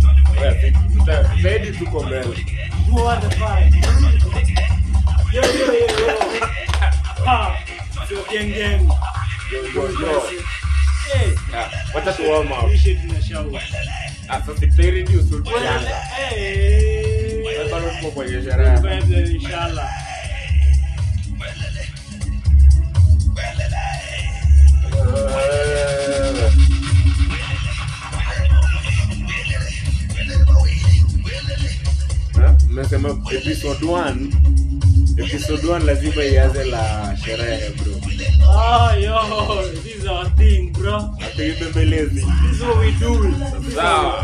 tutafiti, tuta zaidi, tuko mbele. Ah, Wacha tu warm up. Ah, Sasa sikutabiri usul tukianza. Sasa bado tuko kwenye sherehe. Eh, eh, Mmesema episode 1 episode 1 lazima ianze la sherehe bro. Ah, Apige bembelezi. Sawa.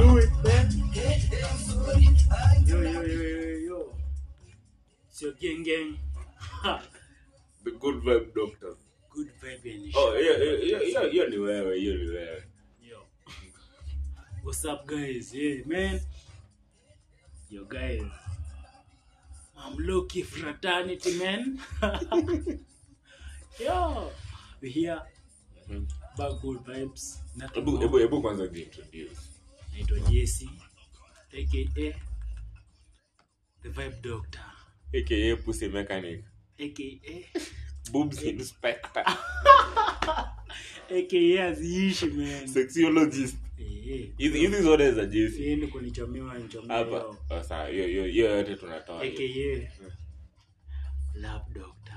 The good vibe doctor. Oh, hiyo hiyo- hiyo hiyo- hiyo ni wewe, hiyo ni wewe. Yo. What's up, guys? Yeah, man. Yo, guys. Mamluki fraternity, man. Yo. We here. Mhm. Bad good vibes. Nothing Hebu more. hebu hebu kwanza jiintroduce. Naitwa Jesse, aka The Vibe Doctor, AKA Pussy Mechanic. aka Boobs Inspector. aka aziishi, man. Sexologist. Eh, Hizi hizi zote za eh. JC. Yeye ni kunichomewa nichomewa. Hapa. Oh, sawa, hiyo hiyo hiyo yote tunatoa. Eh, aka Love Doctor.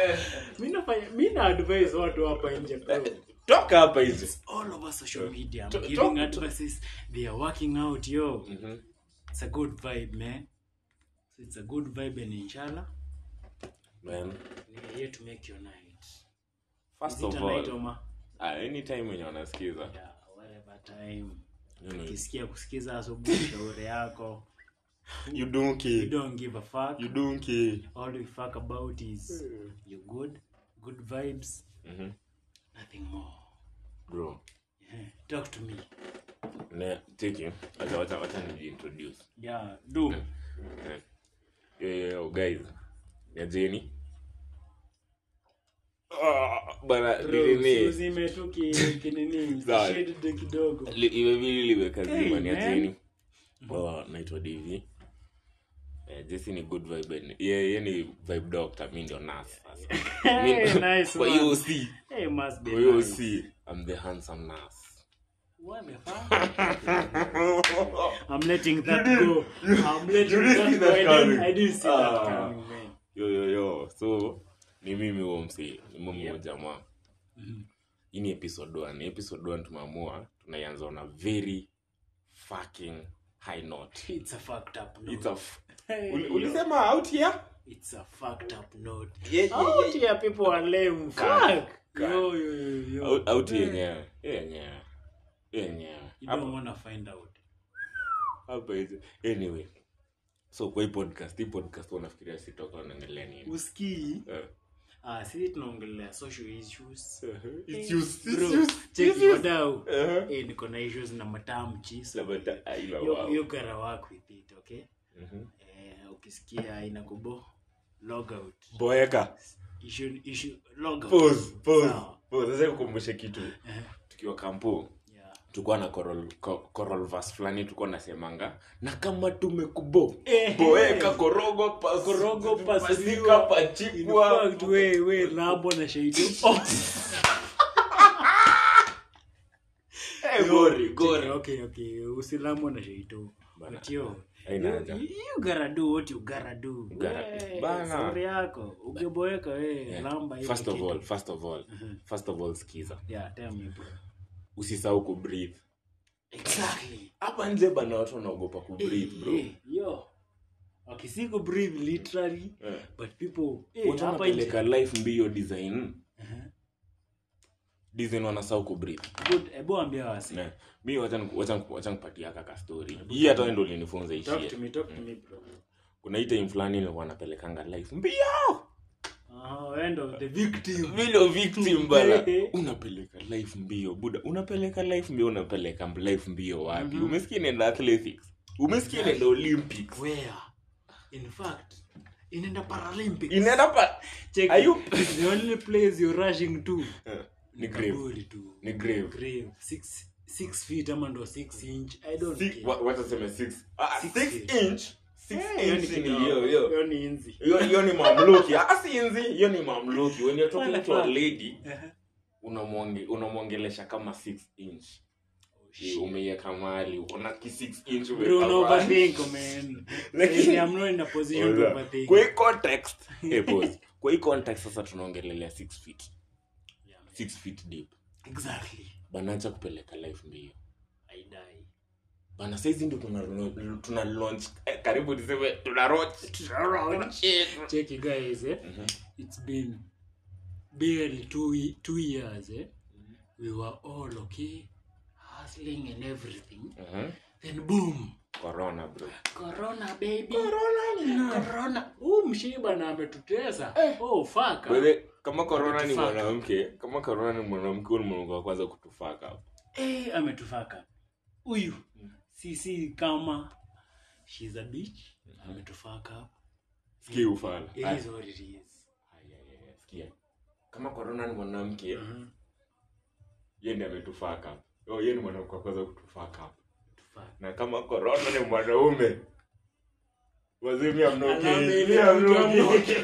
eh. mi nafanya mi na advise watu hapa nje bro. Toka hapa hizi. all over social media I'm To- giving to- advices they are working out yo Mhm. it's a good vibe man so it's a good vibe and inshallah Man. we are here to make your night First Is it of a night or all, ma- ah, anytime wenye wanasikiza. yeah, whatever time You know, ukisikia kusikiza asubuhi shauri yako you don't you care. don't give a fuck You don't care. all you fuck about is Hmm. you good good vibes Mhm. nothing more Bro. yeah. talk to me Ne, take you. Wacha wacha wacha nijiintroduce. yeah do Eh. Eh, oh, guys. Niajeni. Ah, bana nilini. uzime tu ki- kinini Sawa. shade kidogo Li- iwe vili liwe kazima Hey, ni man. atini oh, naitwa dv eh, jesi ni good vibe and- ye ye ni vibe doctor mi ndio nas Hey, nice kwa one. hiyo si Hey, must be kwa hiyo nice. si i'm the handsome nas I'm letting that go. I'm letting didn't see that that go. I didn't, I coming. didn't see Ah. that coming, man. yo yo yo so ni mimi huo msi ni mimi huo jamaa Mm-hmm. hii ni episode 1 episode 1 tumeamua tunaianza on a very fucking high note It's a fucked up note. it's a f- Hey, Uli- yo. ulisema out here It's a fucked up note. Ye- ye- ye- Out here people are lame. Cut. Fuck. Cut. Yo, yo, yo, yo. eh. Au- auti Hey, yenyewe Hiyo yenyewe Hiyo yenyewe You Hapo- don't wanna find out. hapo hizo. anyway so kwa hii podcast hii podcast wanafikiria sitoka wanaendelea nini Usikii? Eh. Ah, sisi tunaongelea social issues. It's Hey, you, it's Uh-huh. bro, you, check it's your you. dao. Eh. Eh, niko na issues na matamchi. So Na bata- ah, ila you, wao. you gotta work with it, okay? Mhm. eh, ukisikia inakubo log out boeka You should- you should log out. Pause, pause, Sawa. pause. sasa nikukumbushe kitu Eh, tukiwa kampu yeah. tulikuwa na coral, co, coral verse fulani tulikuwa nasemanga na kama tumekubo Eh, boeka eh. korogo pas, Korogo pasika pasiwa. In pachikwa fact, we- we, Rabo na Shaidu. Eh, gori gori Okay, okay, usilamo na Shaidu. Bana. But yo, Haina you- haja. you gotta do what you gotta do. Gotta- Eh, Bana. story yako ukiboeka we lamba ile first of kitu. Mhm. all first of all first of all skiza Yeah, tell me, bro. usisahau kubreathe Exactly. hapa nje bana watu wanaogopa kubreathe bro Eh, yo okay, si ku breathe literally Eh. but people eh, watu hapa nje- Uh-huh. wanapeleka life mbio design Aha. design wanasahau kubreathe Good, hebu ambia wasi Ne. mi wacha niku- wacha niku- wacha nikupatia kaka story hii hata wewe ndio ulinifunza hii talk shit. to me talk to me bro kuna hii time fulani nilikuwa napelekanga life mbio oh end of the victim vile victim bana Eh. unapeleka life mbio buda unapeleka life mbio unapeleka life mbio wapi Mhm. umesikia inaenda athletics umesikia inaenda olympics where in fact inaenda paralympics inaenda pa check Are you- Uh, the only place you're rushing to ni grave Kaburi tu Ni grave. grave six six feet ama ndo six inch i don't Six- care wa- wacha tuseme six. Ah, Six six feet. inch? Six Eh, hiyo ni inch ni kidogo. hiyo, hiyo. Hiyo ni inzi hiyo hiyo ni mamluki Ah, si nzi hiyo ni mamluki when you're talking to a lady Aha. unamwonge- unamwongelesha kama 6 inch Oh, shit. umeiweka mahali uko na ki 6 inch Bro, umeweka una mahali. overthink, man. Lakini- Yaani, I'm not in a position to Oza. overthink. kwa hii context eh, pause. kwa hii context sasa tunaongelelea 6 feet Yeah, man. 6 feet deep Exactly. banaacha kupeleka life mbio I die. bana saizi ndio tuna lo- tuna launch eh, karibu niseme tuna launch Check it, guys, eh? Mhm. It's been barely two, ye- two years. Eh? Mm-hmm. We were all okay, hustling and everything. Mhm. Then boom, corona bro corona baby. Corona. Huu mshiba na ametutesa. Oh, fuck. By the way, kama corona ni Ametufaka. mwanamke kama corona ni mwanamke huyu ni mwanamke wa kwanza kutufaka hapo Eh, ametufaka huyu sisi kama she's a bitch ametufaka sikia ufala It is what it is. sikia kama corona ni mwanamke Mhm. yeye ndiye ametufaka hapo Yo, yeye ni mwanamke wa kwanza kutufaka hapo Ametufaka. na kama corona ni mwanaume wazee mimi amna Alama okay ile mimi amna mtu amna okay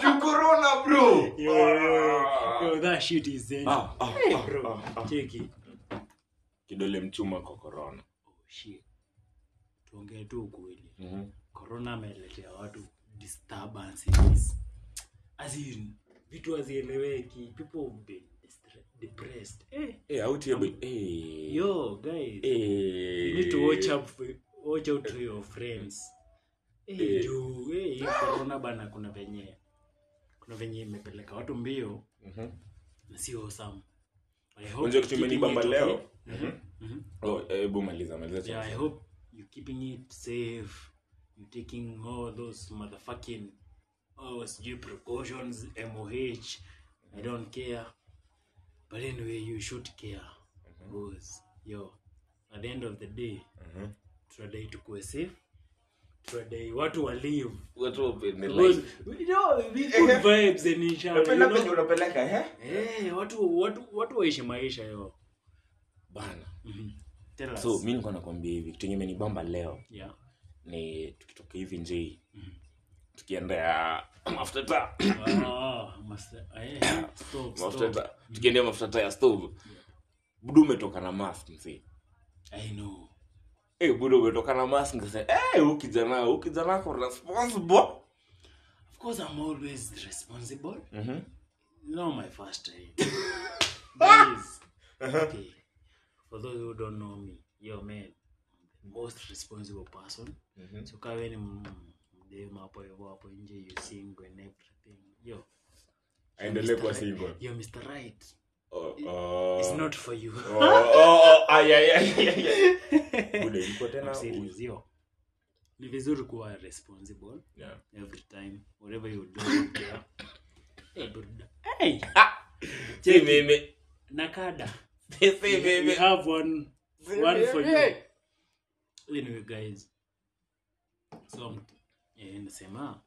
tu corona bro Yo, yo, yo, that shit is zen. Ah, ah, Hey, ah, bro. ah, ah. Check it. kidole mchuma kwa corona Oh, shit. tuongee tu ukweli Mhm. corona ameletea watu disturbances as in vitu hazieleweki people have been distre- depressed eh, eh auti ya eh yo guys You eh need to watch out for, watch out to your friends hey, Eh. juu hey, hii corona bana kuna venye kuna venye imepeleka watu mbio Mhm. na sio sam Unajua kitu imenibamba leo? Mhm. Mhm. Oh, hebu maliza maliza Yeah, I chapter. hope you keeping it safe. You taking all those motherfucking oh sijui precautions MOH. I don't care. But anyway, you should care. Because yo, at the end of the day, Mhm. tunadai tukuwe safe. Tunadai watu wa live. Watu wapende Because life. you know, we good vibes and each other, you Napenda penye know. unapeleka, eh? Eh, watu watu watu waishi maisha yo. Bana. Mhm. Tell us. so mi nilikuwa nakwambia hivi kitu yenye imenibamba leo yeah. ni tukitoka hivi njei Mm-hmm. tukiendea mafuta taa Ah, master- eh, stop, mafuta stop. taa tukiendea mafuta taa ya stove budu umetoka na mask msi I know. Eh, budu umetoka na mask nikasema eh huyu kijana huyu kijana ako responsible Of course, I'm always responsible. Mhm. Not my first time. Guys, Uh-huh. okay. For those who don't know me, yo man, the most responsible person. Mhm. So kawe ni m- mdemu hapo hivyo hapo nje, you single and everything. Yo, aendelee Mr. kuwa Right- single Yo, Mr. Right, Oh, oh. it's not for you. Oh, oh, oh, ay, ay, ay, ay, ay. Budu, ilikuwa I'm tena serious, yo. Ni vizuri kuwa responsible. Yeah. every time whatever you do out there. hey, brother. hey Si Ah! mimi. nakada Si we, we mimi. have one Si one for you mimi. anyway guys so I'm- eh, nasema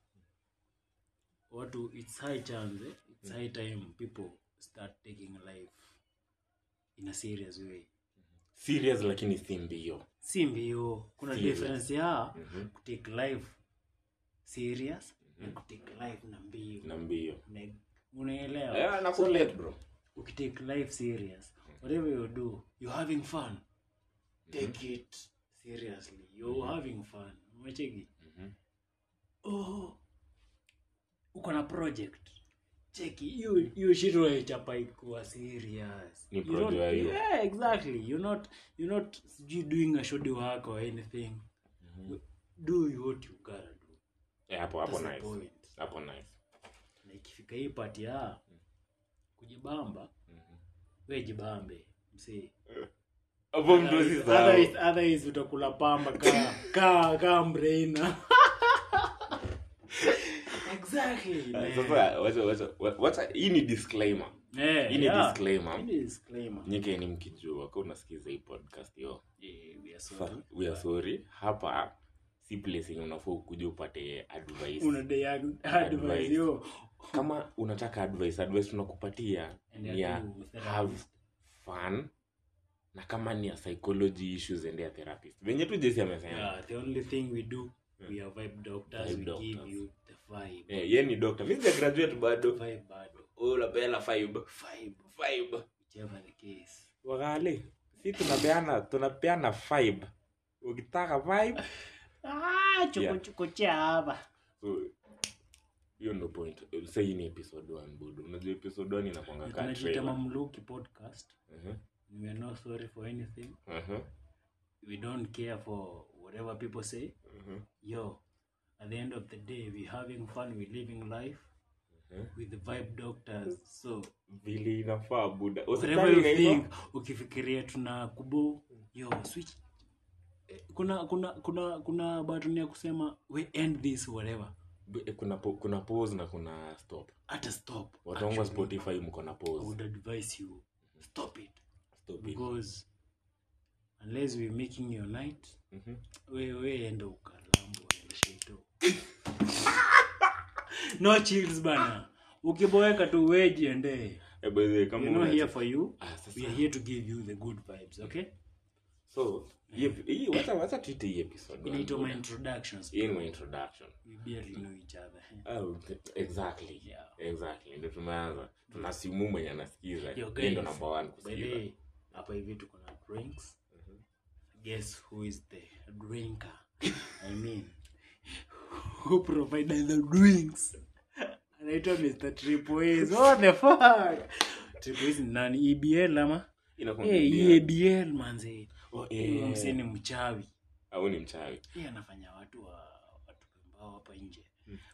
watu it's high chance eh? it's high time people start taking life in a serious way serious lakini si mbio si mbio kuna Serious. difference ya Mhm. kutake life serious na kutake life na mbio na mbio Una- unaelewa Eh, nakulate, bro. ukitake life serious whatever you do you're having fun take Mhm. it seriously you're having fun umecheki Mhm. oh uko na project cheki you you shit waichapa ikuwa serious Ni You don't- project ya hiyo. yeah exactly you're not you're not sijui doing a shoddy work or anything do what you gotta do Eh, hapo Mhm. hapo That's the nice point. hapo nice na ikifika hii part ya kujibamba we jibambe msee hapo mtu Otherwise- otherwise utakula pamba ka- ka- ka mreina exactly man. sasa wacha wacha wacha hii ni disclaimer Eh, hii ni yeah. Hii disclaimer ni disclaimer. nyike ni mkijua kwa unasikiza hii podcast yo Eh, we are sorry. Fa- we are sorry hapa si place yenye unafaa ukuja upate advice Unadai ad- advice, yo. kama unataka advice advice tunakupatia And I ni ya do with have therapist. fun na kama ni ya psychology issues and ya therapist venye tu jesi amesema yeah, the only thing we do we are vibe doctors Vibe we give doctors. you the vibe eh, ye ni doctor mi sijagraduate bado vibe bado Oh, unapeana fibe vibe fibe whichever the case wakale si tunapeana tunapeana fibe ukitaka vibe ah Yeah. chukuchuku chava so hiyo ndo point Eh, sasa hii ni episode 1 budu unajua episode 1 inakwanga ka tunajita trailer mamluki podcast Mhm, we are not sorry for anything mhm, we don't care for whatever people say mhm, yo at the end of the day we having fun we living life mhm. with the vibe doctors so vile inafaa buda whatever hospitali you inaitwa- think ukifikiria tuna kubo yo switch Eh, kuna kuna kuna kuna button ya kusema we end this whatever B- eh, kuna po- kuna pause na kuna stop hata stop watu wangu wa Actually, spotify mko na I pause would advise you stop it stop it because unless we making your night Mhm. wewe enda ukalambwa shaito no chills bana ukiboeka tu wejiendee Eh, by the way, kama we're not unaweza- here for you Ah, sasa. we are here to give you the good vibes okay so hii- hii- wacha- wacha tuite hii episode inaitwa my one. introductions Hii ni my introduction we barely know each other Oh, th- exactly Yeah. exactly ndio tumeanza tunasimu mwenye anasikiza Yo, Yeye ndo guys. number one by kusikiza the way hapa hivi tuko na drinks guess who is the drinker i mean who provided the drinks anaitwa mr triple A's. what the fuck triple A's ni nani ebl ama Eh, Inakwambia hey, beer. ebl manze Oh, E eh, Huyo msee ni mchawi au ni mchawi Yeye anafanya watu wa watu ambao hapa nje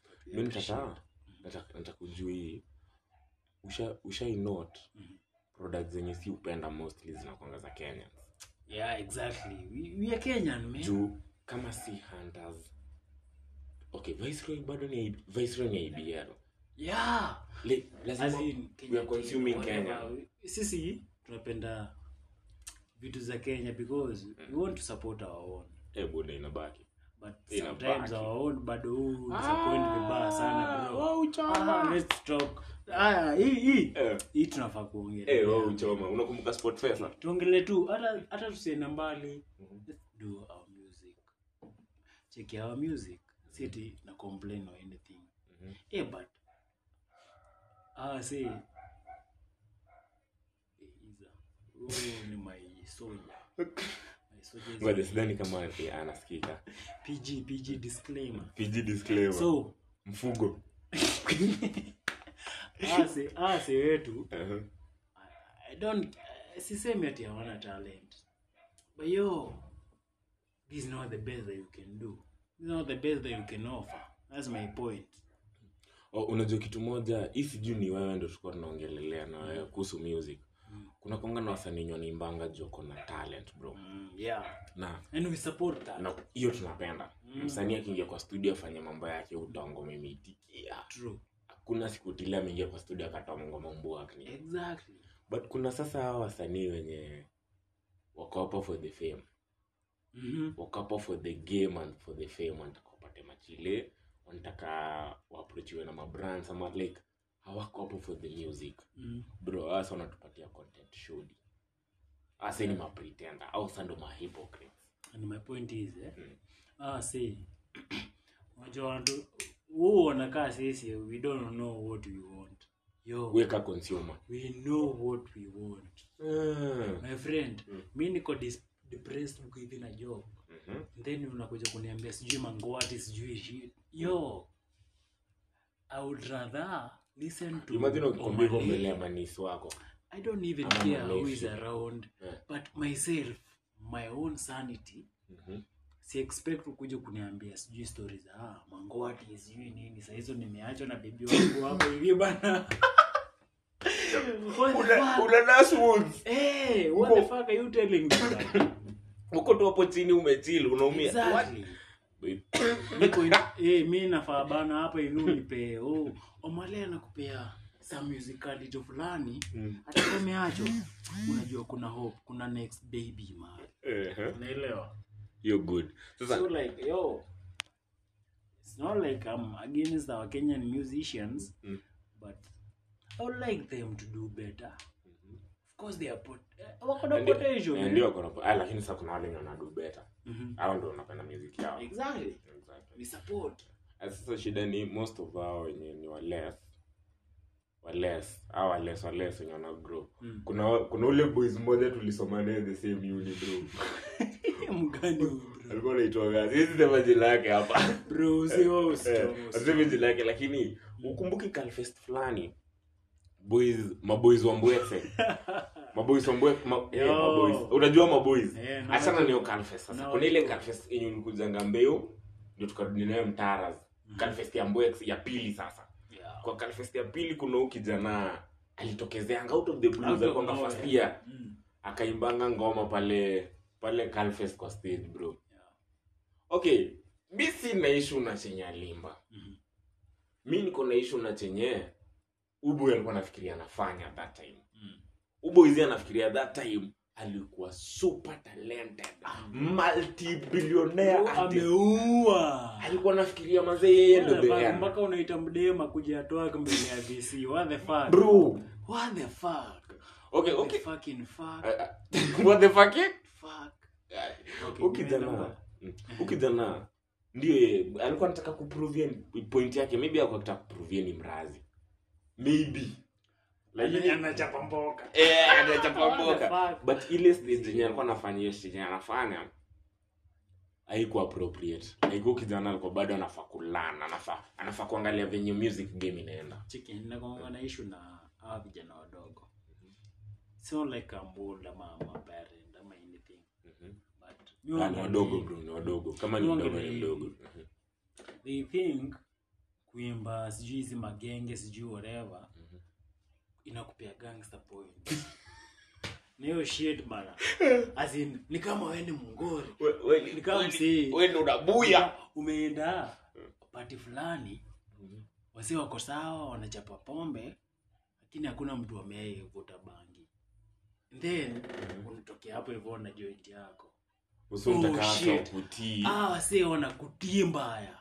Watu mi ya nikataa Nataka- nataka kujua hii usha ushai note Mm-hmm. products zenye si upenda mostly zinakwanga za kenya yeah exactly we, we are kenyan man juu kama si hunters okay viceroy bado ni viceroy ni ibl yeah like As lazima in, we Kenya are tea, consuming whatever. kenya sisi tunapenda vitu za kenya because we Mm. want to support our own eh buda inabaki but Inabaki. sometimes our own bado Ah, huu Ah. disappoint vibaya sana bro Ah. Aha, let's talk haya hii hii eh hii tunafaa kuongelea eh wewe uchoma unakumbuka sport pesa tuongele tu hata hata tusiende mbali Mhm. let's do our music check our music siti na complain or anything Mhm. eh but ah say eh, Iza huyu oh, ni my soldier my soldier is ngoja sidhani kama eh, anasikika PG PG disclaimer pg disclaimer so mfugo ase ase wetu uh-huh. I don't uh, sisemi ati hawana talent but yo this is not the best that you can do this is not the best that you can offer that's my point oh, unajua kitu moja hii sijui ni wewe ndo tulikuwa tunaongelelea na wewe kuhusu music kuna kwanga na wasanii wenye wanaimbanga juu wako na talent bro mm, yeah na and we support that na hiyo tunapenda msanii akiingia kwa studio afanye mambo yake utongo imeitikia true hakuna siku tili ameingia kwa studio akatoa ngoma Mm. mbuakni exactly but kuna sasa hawa wasanii wenye wako hapa for the fame mm wako hapa for the game and for the fame wanataka wapate machile wanataka waprochiwe na mabrands ama like hawako hapo for the music -hmm. bro hasa wanatupatia content shudi hasa ni mapretenda au sando mahypocrites and my point is eh? Mm. ah see unajua watu wao wanakaa sisi we don't know what we want yo weka consumer we know what we want mm. my friend Mm. mi niko dis- depressed within a job Mhm. then unakuja kuniambia sijui mangwati sijui shit yo i would rather listen to imagine ukikwambia hivyo Omale. mbele ya manisi wako i don't even Ama care who Malefi. is around Yeah. but myself my own sanity Mhm. si expect ukuja kuniambia sijui stori za ah, mangwati sijui nini saa hizo nimeachwa na bebi wangu hapo hivi bana What the Una- fuck? una Nas Woods. Eh, what the fuck are you telling me bro? uko tu hapo chini umechili unaumia What? Exactly. Niko in- eh, mi nafaa bana hapa ili unipee oh, omale anakupea sa musicality fulani Mm. hata kama acho unajua kuna hope kuna next baby mahali Ehe. unaelewa You're good sasa so like yo it's not like I'm against our Kenyan musicians Mm. but I would like them to do better cause they are pot eh, wako na Mm-hmm. Ndio. potential Eh, ndio kuna ah, lakini sasa kuna wale wenye wanadu beta Mhm. hao ndio wanapenda muziki yao exactly Exactly. ni support Ah, sasa shida ni most of hao wenye ni wales wales au wales wales wenye wana grow Mm. kuna kuna ule boys mmoja tulisoma naye the same uni bro mgani huyu bro alikuwa anaitwa gazi hizi sema jina lake hapa bro usio Eh, aseme jina lake lakini ukumbuki kalfest fulani boys maboys wa mbwese maboys wa mbwese ma, eh, Yo. maboys unajua maboys Eh, na achana watu- niyo kalfest sasa na kuna ile watu- kalfest yenye ulikujanga mbeo ndio tukarudi nayo mtaras Mhm. kalfest ya mbwese ya pili sasa Yeah. kwa kalfest ya pili kuna huu kijana alitokezeanga out of the Out blues of alikuwa nowhere. first year Mm. akaimbanga ngoma pale pale kalfest kwa stage bro Yeah. okay mi sina ishu na chenye alimba Mhm. mi niko na ishu na chenye uboy alikuwa anafikiria anafanya that time Mm. uboizi anafikiria that time alikuwa super talented multibillionaire Ah. Bro, artist. ameua alikuwa anafikiria mazee yeye ndo the Mpaka- end. mpaka unaita mdema kuja atoa mbele ya vc what the fuck bro what the fuck okay What the okay fucking fuck Ah, ah. what the fuck it? fuck Ah, okay huyu nimeelewa. kijana mm, huyu kijana ndio yeye, alikuwa anataka kuprovia point yake maybe alikuwa anataka kuprovia ni mrazi maybe Lakini anachapa mboka Eh, yaani anachapa What the mboka Yaani fuck? but ile stage yenye alikuwa anafanya hiyo stage yenye anafanya haikuwa appropriate like huyu kijana alikuwa bado anafaa kulana anafaa anafaa kuangalia venye music game inaenda cheki nakwanga na issue na hawa vijana wadogo sio like ambul ama maparent ama anything Mhm. but Ah, ni wadogo bro ni wadogo kama ni Niwaangalie. mdogo ni mdogo Mhm. they think kuimba sijui hizi magenge sijui whatever Mhm. inakupea gangster point na hiyo shit bana as in ni kama wewe ni mungori We- we- Ni kama we- msee. we ndo unabuya umeenda pati fulani Mm-hmm. wasi wako sawa wanachapa pombe lakini hakuna mtu ameaivuta bangi then unatokea hapo hivyo na joint yako Uso Oh, mtakaso, shit. kutii. ah wasi wanakutii mbaya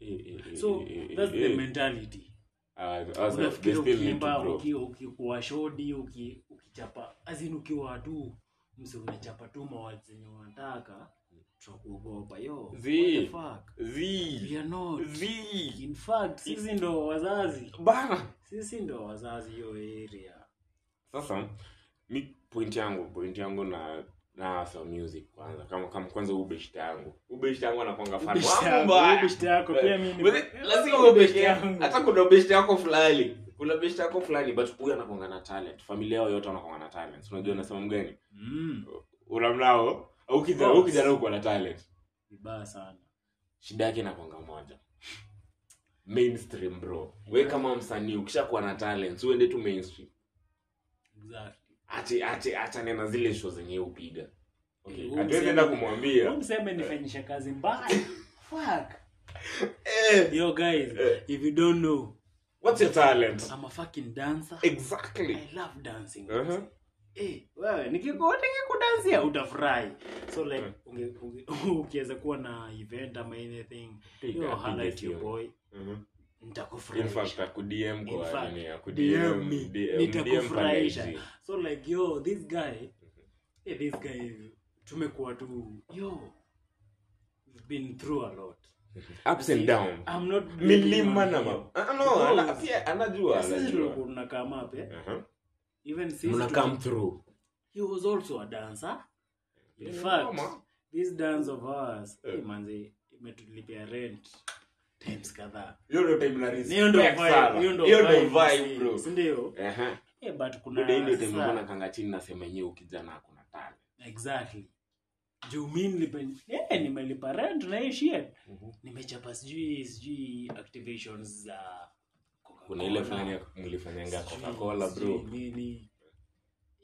Eh, eh, eh, so eh, eh, that's the eh. mentality Ah, as- they unafikiri still need to ukiimba grow. uki- uki- ukiwa shodi uki- ukichapa azini ukiwa tu msi unachapa tu mawazi zenye unataka tunakuogopa yo what the Zii. fuck? Zii. We are not. Zii. In fact, sisi ndo wazazi Bana. sisi ndo wazazi hiyo area sasa mi point yangu point yangu na na sa music kwanza kama kama kwanza ubeshta yangu ubeshta yangu anakwanga fan Ubishta wangu yako, mbaya ubishta yako, pia mimi ni- Wewe, lazima Ubishta ubeshta yangu. hata kuna ubeshta yako fulani kuna ubeshta yako fulani but huyu anakwanga na talent familia yao yote wanakwanga na talent unajua nasema mgeni Mm, unamnao au kijana Of course. au kijana uko na talent vibaya sana shida yake inakwanga moja mainstream bro we kama msanii ukishakuwa na talent uende tu mainstream exactly ache ache acha nena zile show zenye upiga Eh, okay. huu hatuwezi msemo- enda kumwambia Wewe mseme nifanyishe kazi mbaya fuck eh, yo guys Eh. if you don't know what's your talent I'm a fucking dancer exactly I love dancing Uh-huh. Eh, wewe nikiku- nikikudansia utafurahi so like unge- unge- ukiweza kuwa na event ama anything Piga, yo highlight piga your simu. boy Mhm. in fact nitakufurahisha akudm In kwa fact, nini ya DM kudm me, DM pale IG. nitakufurahisha so like yo this guy Mm-hmm. eh, this guy tumekuwa tu yo we've been through a lot ups and down I'm not blaming milima on na you. ma Ah, no ana- Because- pia anajua Sisi anajua tulikuwa tunakaa mape Mhm. even sisi mna tu- come through he was also a dancer in Yeah, fact mama. this dance of ours Eh. hey, manze imetulipia rent times kadhaa hiyo ndio time na Na hiyo respect ndo sana. vibe, hiyo ndo hiyo ndio vibe, vibe si- bro si ndio Aha. Eh, but kuna Muda hii ndio time sasa- mbona kanga chini nasema yenyewe ukijana hakuna talent exactly juu mi nilipe- eh, nimelipa rent na hii shit Mhm. nimechapa sijui sijui activations za kuna ile Coca-Cola, fulani ya- mlifanyanga sijui- coca cola bro sijui nini.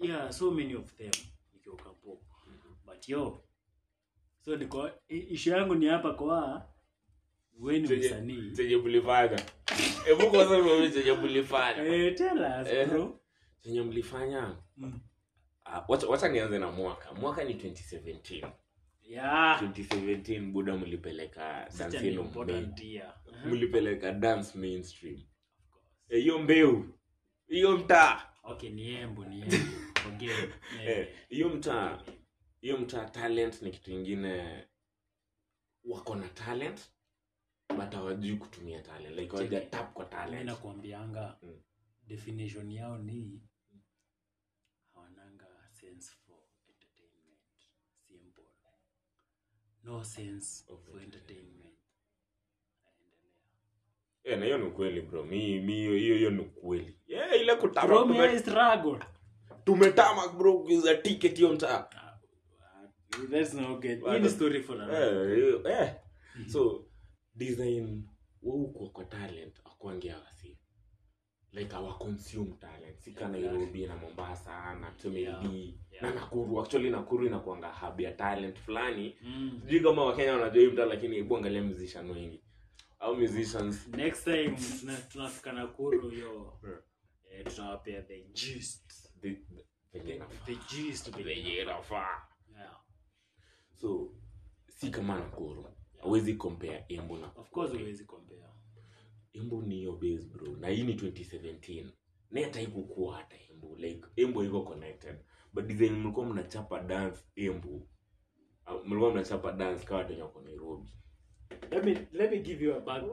yeah so many of them nikiuka po but yo so niko i- issue yangu ni hapa kwa we ni Chenye- msanii chenye mlifanya hebu kwanza niambie chenye mlifanya Eh, tell us, Eh. bro. chenye mlifanya Mm. Ah, wacha wacha nianze na mwaka mwaka ni 2017 Yeah, 2017 buda mlipeleka such dance an yenu main- important year. Uh-huh. mlipeleka dance mainstream Eh, hiyo mbeu hiyo mtaa okay ni embo ni embo forget. Eh, hiyo mtaa hiyo mtaa talent ni kitu ingine wako na talent but hawajui kutumia talent like hawaja Check. tap kwa mi talent nakwambianga Mm. definition yao ni hawananga sense for entertainment simple no sense Of for entertainment. entertainment eh, na hiyo ni ukweli bro mi mi hiyo hiyo hiyo ni ukweli yeah, ile kutama Bro, me I tume- struggle. tumetama bro kuuza ticket hiyo mtaa Ah, ah, that's not good. Why Hii ni not? story for another eh, hiyo- eh. so design wauko kwa talent akwange awasi like awaconsume talent sika Exactly. nairobi na mombasa na tuseme Yeah. Lindi, Yeah. na nakuru actually nakuru inakuanga hub ya talent fulani Mm. sijui kama wakenya wanajua hii mtaa lakini hebu angalia musician wengi au musicians next time tuna- tunafika nakuru yo Yeah. eh, tutawapea the gist the- the- venye inafaa. the gist Venye inafaa. yeah. so si kama nakuru awezi compare embu na of course huwezi compare embu ni hiyo base bro na hii ni 2017 net haikukua hata embu like embu iko connected but design mlikuwa mnachapa dance embu au mlikuwa mnachapa dance kawa watu wenye wako nairobi let me let me give you a Mm. back,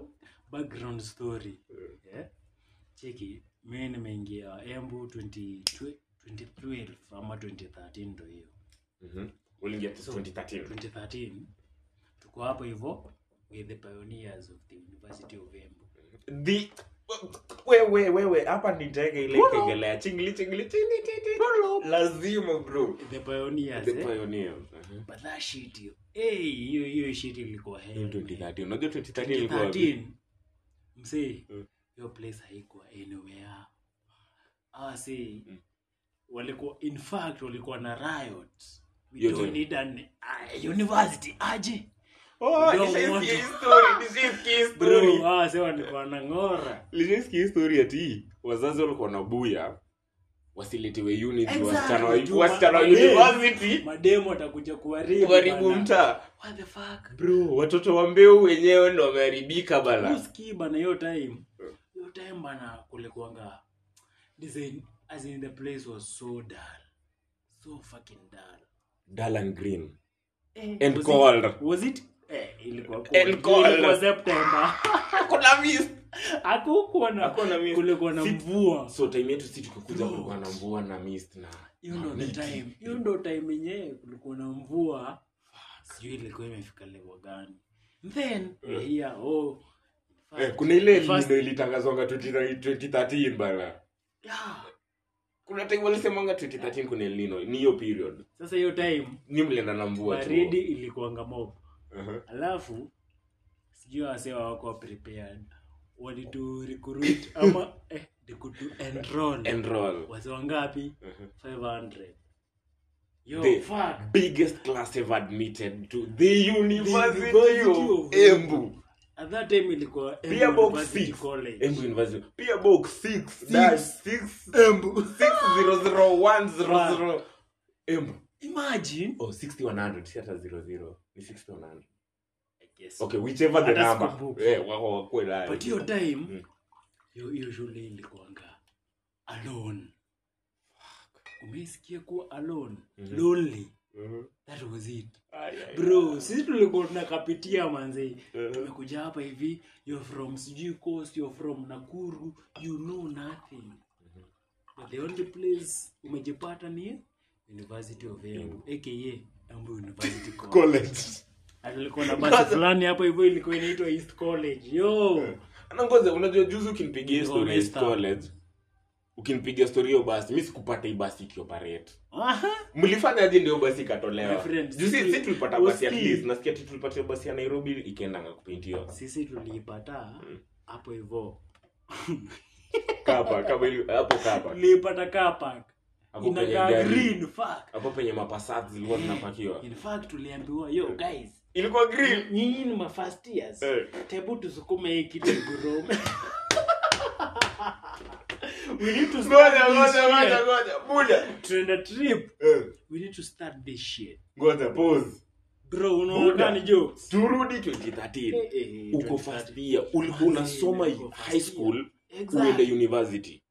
background story yeah? cheki mi nimeingia embu 20 twe- 2012 ama 2013 ndo hiyo Mhm. uliingia So, 2013 2013 tuko hapo hivo with the pioneers of the university of embu the wewe wewe hapa nitaweka ile Polo. kengele ya chingili chingili chingili chingili. lazima bro the pioneers the eh? pioneers Mhm. but that shit yo hey hiyo hiyo shit ilikuwa Hiyo hell man. 2013 unajua 2013 ilikuwa wapi? 2013 msee Mm. hiyo place haikuwa anywhere ah see Mm. walikuwa in fact walikuwa na riot we Hiyo don't time. need an a university aje Oh, Ndio nishaisikia mwanzo. hii story, nishaisikia hii story. bro ah see walikuwa na ngora liliskia histori ati wazazi walikuwa na buya wasiletewe unit Exactly. wasichana wa- Juu wasichana wa ma- yes. university mademo atakuja kuharibu kuharibu bana. mtaa what the fuck bro watoto wa mbeu wenyewe ndo wameharibika bana uski bana hiyo time Hmm. hiyo time bana kulikuanga design as in the place was so dull so fucking dull dalan green Eh, and was cold it- was it eh, ilikuwa And cold. ilikuwa cold. september hakuna miss hakukuwa na Hakuna mist. kulikuwa na Si- mvua so time yetu si tukakuja No. kulikuwa na mvua na mist na hiyo ndo na the miti. time hiyo ndo time yenyewe kulikuwa na mvua sijui ilikuwa imefika level gani then Eh. yeah, oh in eh, fact, kuna ile first- lindo ilitangazwanga 2013 bana yeah. kuna time walisemanga 2013 kuna elino ni hiyo period sasa hiyo time ni mlienda na mvua tu. baridi ilikuanga mob Aha. alafu sijui wase wako prepared walitu recruit ama eh, kutu enroll and roll wase wangapi Aha. 500 yo The- fuck biggest class ever admitted to the University, University of of Embu. at that time ilikuwa Embu Pia box Eh. University six. College. Embu University. Pia box 6 dash 6 Embu. 600100. Embu. imagine Oh, 6100 si hata 00. Ni 6100. I guess. Okay, whichever the Hata number. sikumbuki. Eh, wako wako nayo. but hiyo time Mm. hiyo hiyo shule ilikuanga alone umeisikia kuwa alone Mhm. lonely Mhm. that was it Ai, ai, bro ai. sisi tulikuwa tunakapitia manzi Mhm. tumekuja hapa hivi you're from sijui coast you're from nakuru you know nothing but the only place umejipata ni university of embu aka embu university college College. alikuwa na basi fulani hapo hivyo ilikuwa inaitwa east college yo Ana ngoja unajua juzi ukinipigia hii story ya Ngomesta. college. Ukinipigia story hiyo basi, mimi sikupata hii basi ikioperate. aha mlifanyaje ndio basi My ikatolewa friend, Juu si- sisi- si tulipata basi at Uski. least nasikia tu tulipata hiyo basi ya nairobi ikaendanga kupintiwa sisi tuliipata hapo hivyo kapa kama ili- hapo kapa tuliipata car park Eh. Hapo kwenye inakaa gari. green fuck hapo penye mapasat zilikuwa zinapakiwa in fact tuliambiwa yo guys ilikuwa green nyinyi ni ma first years Eh. tebu tusukume hii kitu igurome we need to start ngoja this ngoja ngoja shit. ngoja buda tunaenda trip Eh, we need to start this shit ngoja pause bro unaona Buda. gani jokes turudi Eh, 2013 uko first year ulikuwa unasoma high school uende university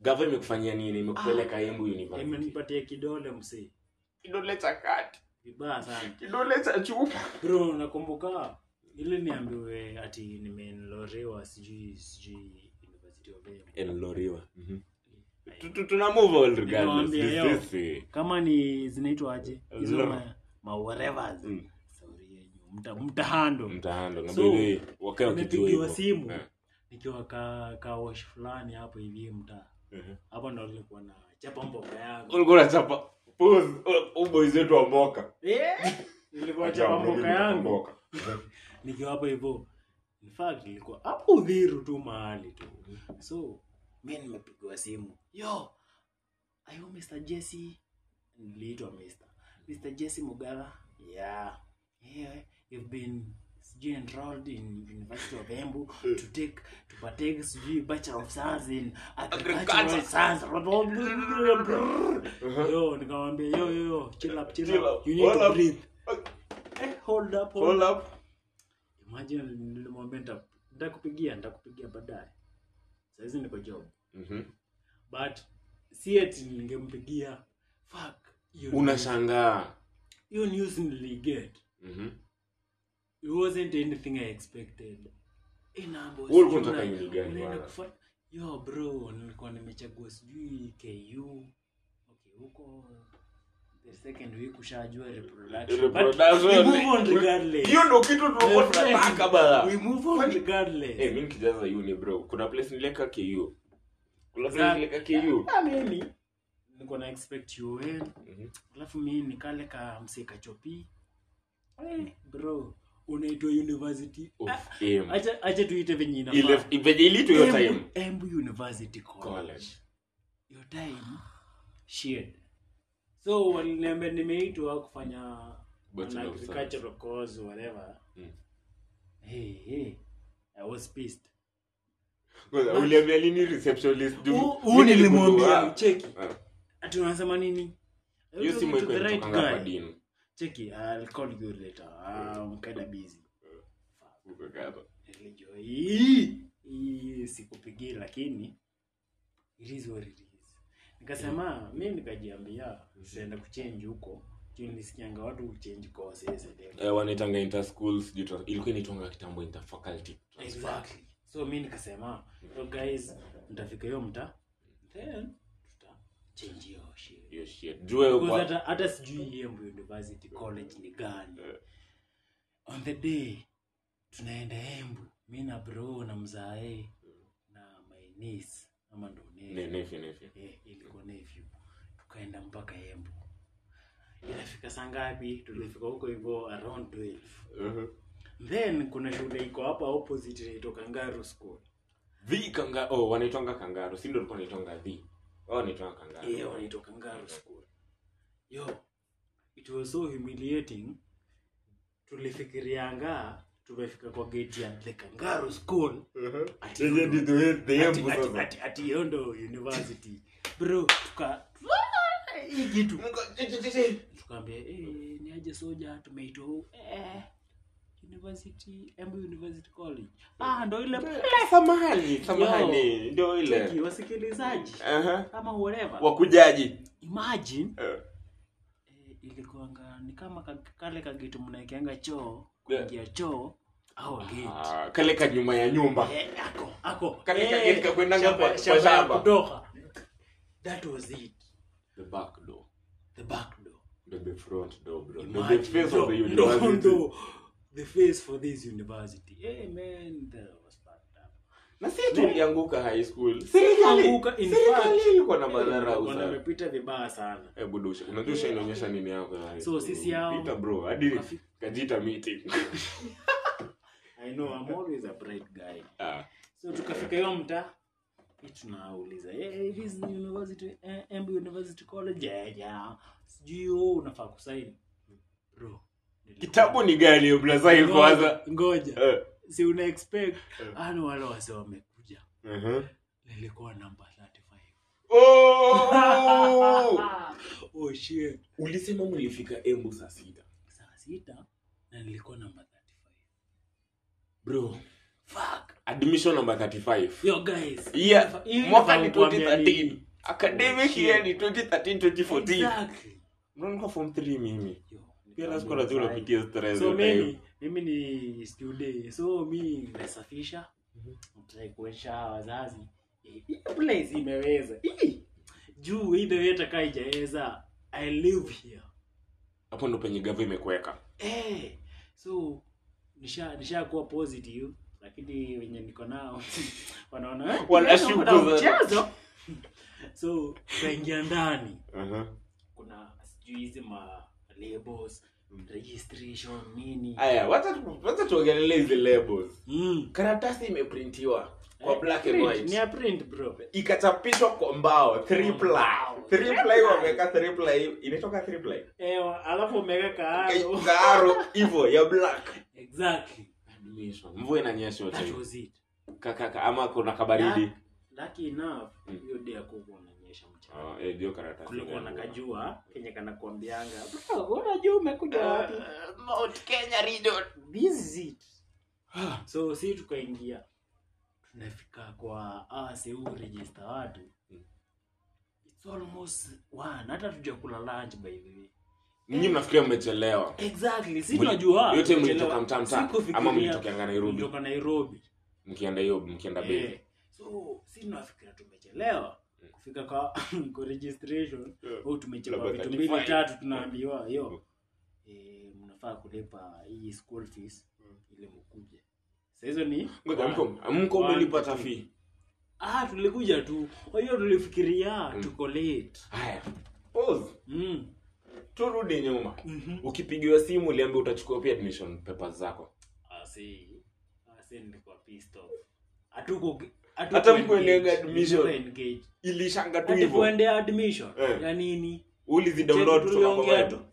gava imekufanyia nini imekupeleka embu university imenipatia kidole msi Ah. kidole cha kati vibaya sana kidole cha chupa bro nakumbuka ili niambiwe ati nimenloriwa sijui sijui university of Embu. eliloriwa Tu- tuna move all regardless Niwaambie This- yo. this, eh, kama ni zinaitwa aje Lo. hizo mawarevas Mm. sauri yenyu mta- mtahando mtaando na So, by the way, wakae wakijua nimepigiwa hivyo. simu Eh, nikiwa ka, ka wash fulani hapo hivi mtaa eh. hapo ndo nilikuwa na chapa mboka yangu ulikuwa unachapa pose, u- uboys wetu wa moka Eh, nilikuwa chapa mboka yangu nikiwa hapo hivyo in fact nilikuwa hapo udhiru tu mahali tu so mi nimepigiwa simu yo ayo mr jesse niliitwa mr mr jesse mugara yeah yeah you've been sijui enrolled in university of embu to take to partake sijui bachelor of science in agricultural Agriculture. science yo nikamwambia yo yo yo chill up chill Chill up up. you need Hold to up. breathe Eh, hold up hold Hold up up. imagine nilimwambia nita- nitakupigia nitakupigia baadaye sahizi niko job Mhm. but si eti ningempigia fuck hiyo news- unashangaa hiyo news niliget Mhm. it wasn't anything i expected Inambo, Wewe ulikuwa sijui unataka una- nini gani unaenda bwana? kufa- yo bro nilikuwa nimechagua sijui ku okay huko the second week ushajua reproduction but Reproduction. we move on regardless hiyo ndo kitu tulikuwa My friend, tunataka bana we move on Kwani- regardless Eh, mi nikijaza uni bro kuna place nilieka ku kuna place Za- nilieka ku Ah, mimi niko na expect you well Mhm. alafu mi nikale ka mseka chopi Eh, bro unaitwa university Of Ah, Embu. acha acha tuite venye inafaa. Ile- venye iliitwa hiyo time Embu- Embu University College College. your time shared so waliniambia nimeitwa kufanya Bachelor an of Science. agricultural course whatever Mm. hey, hey. I was pissed Kwanza, uliambia lini receptionist juu- Huu- huu mimi niligundua- nilimwambia cheki Ah. ati unasema nini hiyo simu To the right ikoitokanga guy. kwa dini cheki I'll call you later um, kinda busy Uko kama. Nilijua, "Hii, hii sikupigie lakini it is what it is." nikasema mi nikajiambia tutaenda kuchange huko juu nilisikianga watu kuchange courses and everything. Eh, wanaitanga interschool sijui tra- ilikuwa inaitwanga kitambo interfaculty Exactly. so mi nikasema so guys mtafika hiyo mta then tutachange hiyo shit hiyo shit juu wewe Because kwa- hata hata sijui Embu University College ni gani. On the day tunaenda Embu, mi na bro na mzae na my niece ama ndo Ne- nephew. nefi, nefi. Eh, ilikuwa nephew. Tukaenda mpaka Embu. Inafika saa ngapi? Tulifika huko hivyo around 12. Uh-huh. Then kuna shule iko hapa opposite inaitwa Kangaru School. Vi kanga- oh, wanaitwanga kangaro si ndio walikuwa wanaitwanga vi wao wanaitwanga kangaro yeah, wanaitwa Eh, Kangaru School. Yo, it was so humiliating. Tulifikirianga tumefika kwa gate ya the Kangaru School Ati- Yenye ni Uh-huh. the- the ati- Embu ati- sasa. ati- ati hiyo ndo university bro, tuka hii kitu tukaambia eh, ni aje soja tumeitwa hu- eh, university Embu University College ah, ndo ile Eh, samahani samahani ndio Cheki, ile wasikilizaji Aha. ama whatever Uh-huh. wakujaji imagine Eh, Eh, ilikuanga ni kama ka- kale kagitu mnaekeanga choo Yeah. kuingia choo au gate ah, kale ka nyuma ya nyumba Eh, ako ako Kale Eh, kageti kakwendanga shamba- kwa- kwa shamba ya shamba. kutoka that was it the back door the back door the, the front door bro the, the Imagine, face ndo- of the ndo- university ndo the face for this university Eh, man that was fucked up na si tulianguka high school Anguka, in serikali fact. ilikuwa na Eh, madhara walikuwa usana wamepita vibaya sana hebu dusha unajua ushainaonyesha nini yako ya high So, school. sisi hao- Pita bro hadi kajita meeting i know i'm always a bright guy ah so tukafika hiyo mtaa Hii tunauliza "Eh, it is university eh, Embu university college yeah, yeah. sijui wewe unafaa kusaini bro nilikuwa- kitabu ni gani mnasai Ngoja, kwanza ngoja Eh, si una expect Eh. ano wale wase wamekuja mhm. nilikuwa namba 35 Oh! oh shit ulisema mlifika embu saa sita saa sita na nilikuwa namba 35 bro fuck admission number 35 yo guys yeah Hivi mwaka ni nitakuambia 2013 nini? academic year ni 2013 2014 exactly mnaonekwa form 3 mimi Yo, pia na siku lazima nitakuambia unapitia stress so hiyo mimi time. mimi ni student so mi nimesafisha mtrai kuonyesha hawa wazazi Eh, hii place imeweza Hii, juu hii the hata kaa ijaweza i live here hapo ndo penye gava imekuweka eh so nisha nishakuwa positive lakini wenye niko nao wanaona eh, Wanashuku kuna za- mchezo so kaingia ndani Aha. kuna sijui hizi ma labels registration nini aya wacha tu- wacha tuongelele hizi labels mm. karatasi imeprintiwa kwa black and Eh, Print, white ni ya print bro ikachapishwa kwa mbao three ply Wow. three Three ply ply. wameweka three ply inatoka three ply eh alafu umeweka kaaro kaaro hivyo ya black exactly mvua inanyesha yote. that was it kakaka ama kuna kabaridi lucky enough Mm. hiyo day hakukuwa unanyesha mchana Ah, eh, ndio karatasi kulikuwa na inayoua. kajua kenye kanakuambianga "Bro, Eh, unajua umekuja wapi Uh, Mount Kenya region. this is it so si tukaingia tunafika kwa aseu register watu Mm. it's almost one hata tujakula lunch by the way Ninyi mnafikiria mmechelewa exactly si Mli- tunajua yote mlitoka tumechelewa. mtamta Sikufikiria ama mlitokanga nairobi mlitoka nairobi mkienda hiyo mkienda bei Eh, so si tunafikira tumechelewa Mm. kufika kwa kwa registration Yeah. au tumechelewa Labda Mm. vitu mbili 35. tatu tunaambiwa yo eh, mnafaa kulipa hii school fees ili mkuje sasa hizo ni Mm. Ngoja, mko- mko mmelipa tafi ah tulikuja tu kwa hiyo tulifikiria Mm. tuko late haya Pause. mm. turudi nyuma mhm ukipigiwa simu uliambia utachukua pia admission papers zako ah si ah si nilikuwa pissed off hatuko hatuko Hata mkueleweka engaged. admission. Never engaged. ilishanga tu Ati hivyo kuendea admission Eh. ya nini ulizi Chetu download kutoka kwa tuliongea tu. watu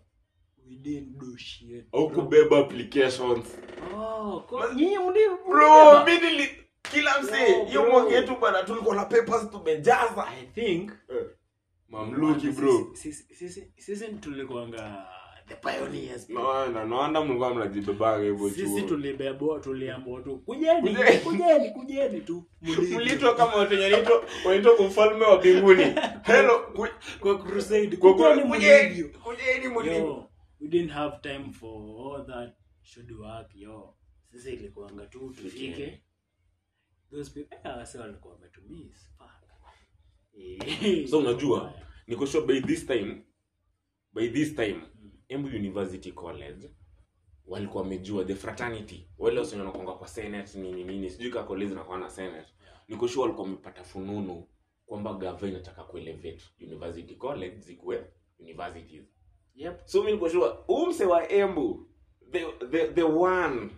We didn't do shit. au kubeba applications Oh, ko- nyinyi mli- bro mlibeba. mi nili kila msee Yo, hiyo bro. mwaka yetu bana tulikuwa na papers tumejaza Eh. I think mamluki bro sisi- sisi- sisi tulikuanga the pioneers bro. naona naona mlikuwa mnajibebanga hivyo sisi chuo tulibebwa tuliambwa tu kujeni Kujeni. kujeni kujeni tu mlipe. mlitwa kama watu wenye wanaitwa- wanaitwa kwa ufalme wa mbinguni hello ku- kwa crusade kwa- kujeni kujeni mlivyo. kujeni mlivyo Yo, we didn't have time for all that should work yo sisi ilikuanga tu tufike Tufike. those people eh, wase walikuwa wametumiss fuck so unajua niko sure by this time by this time embu university college walikuwa wamejua the fraternity wale wasenye wanakuanga kwa senate nini nini sijui ka college zinakuwa na senate niko sure walikuwa wamepata fununu kwamba gava inataka kuelevate university college zikuwe universities yep so mi niko sure umse wa embu the, the, the one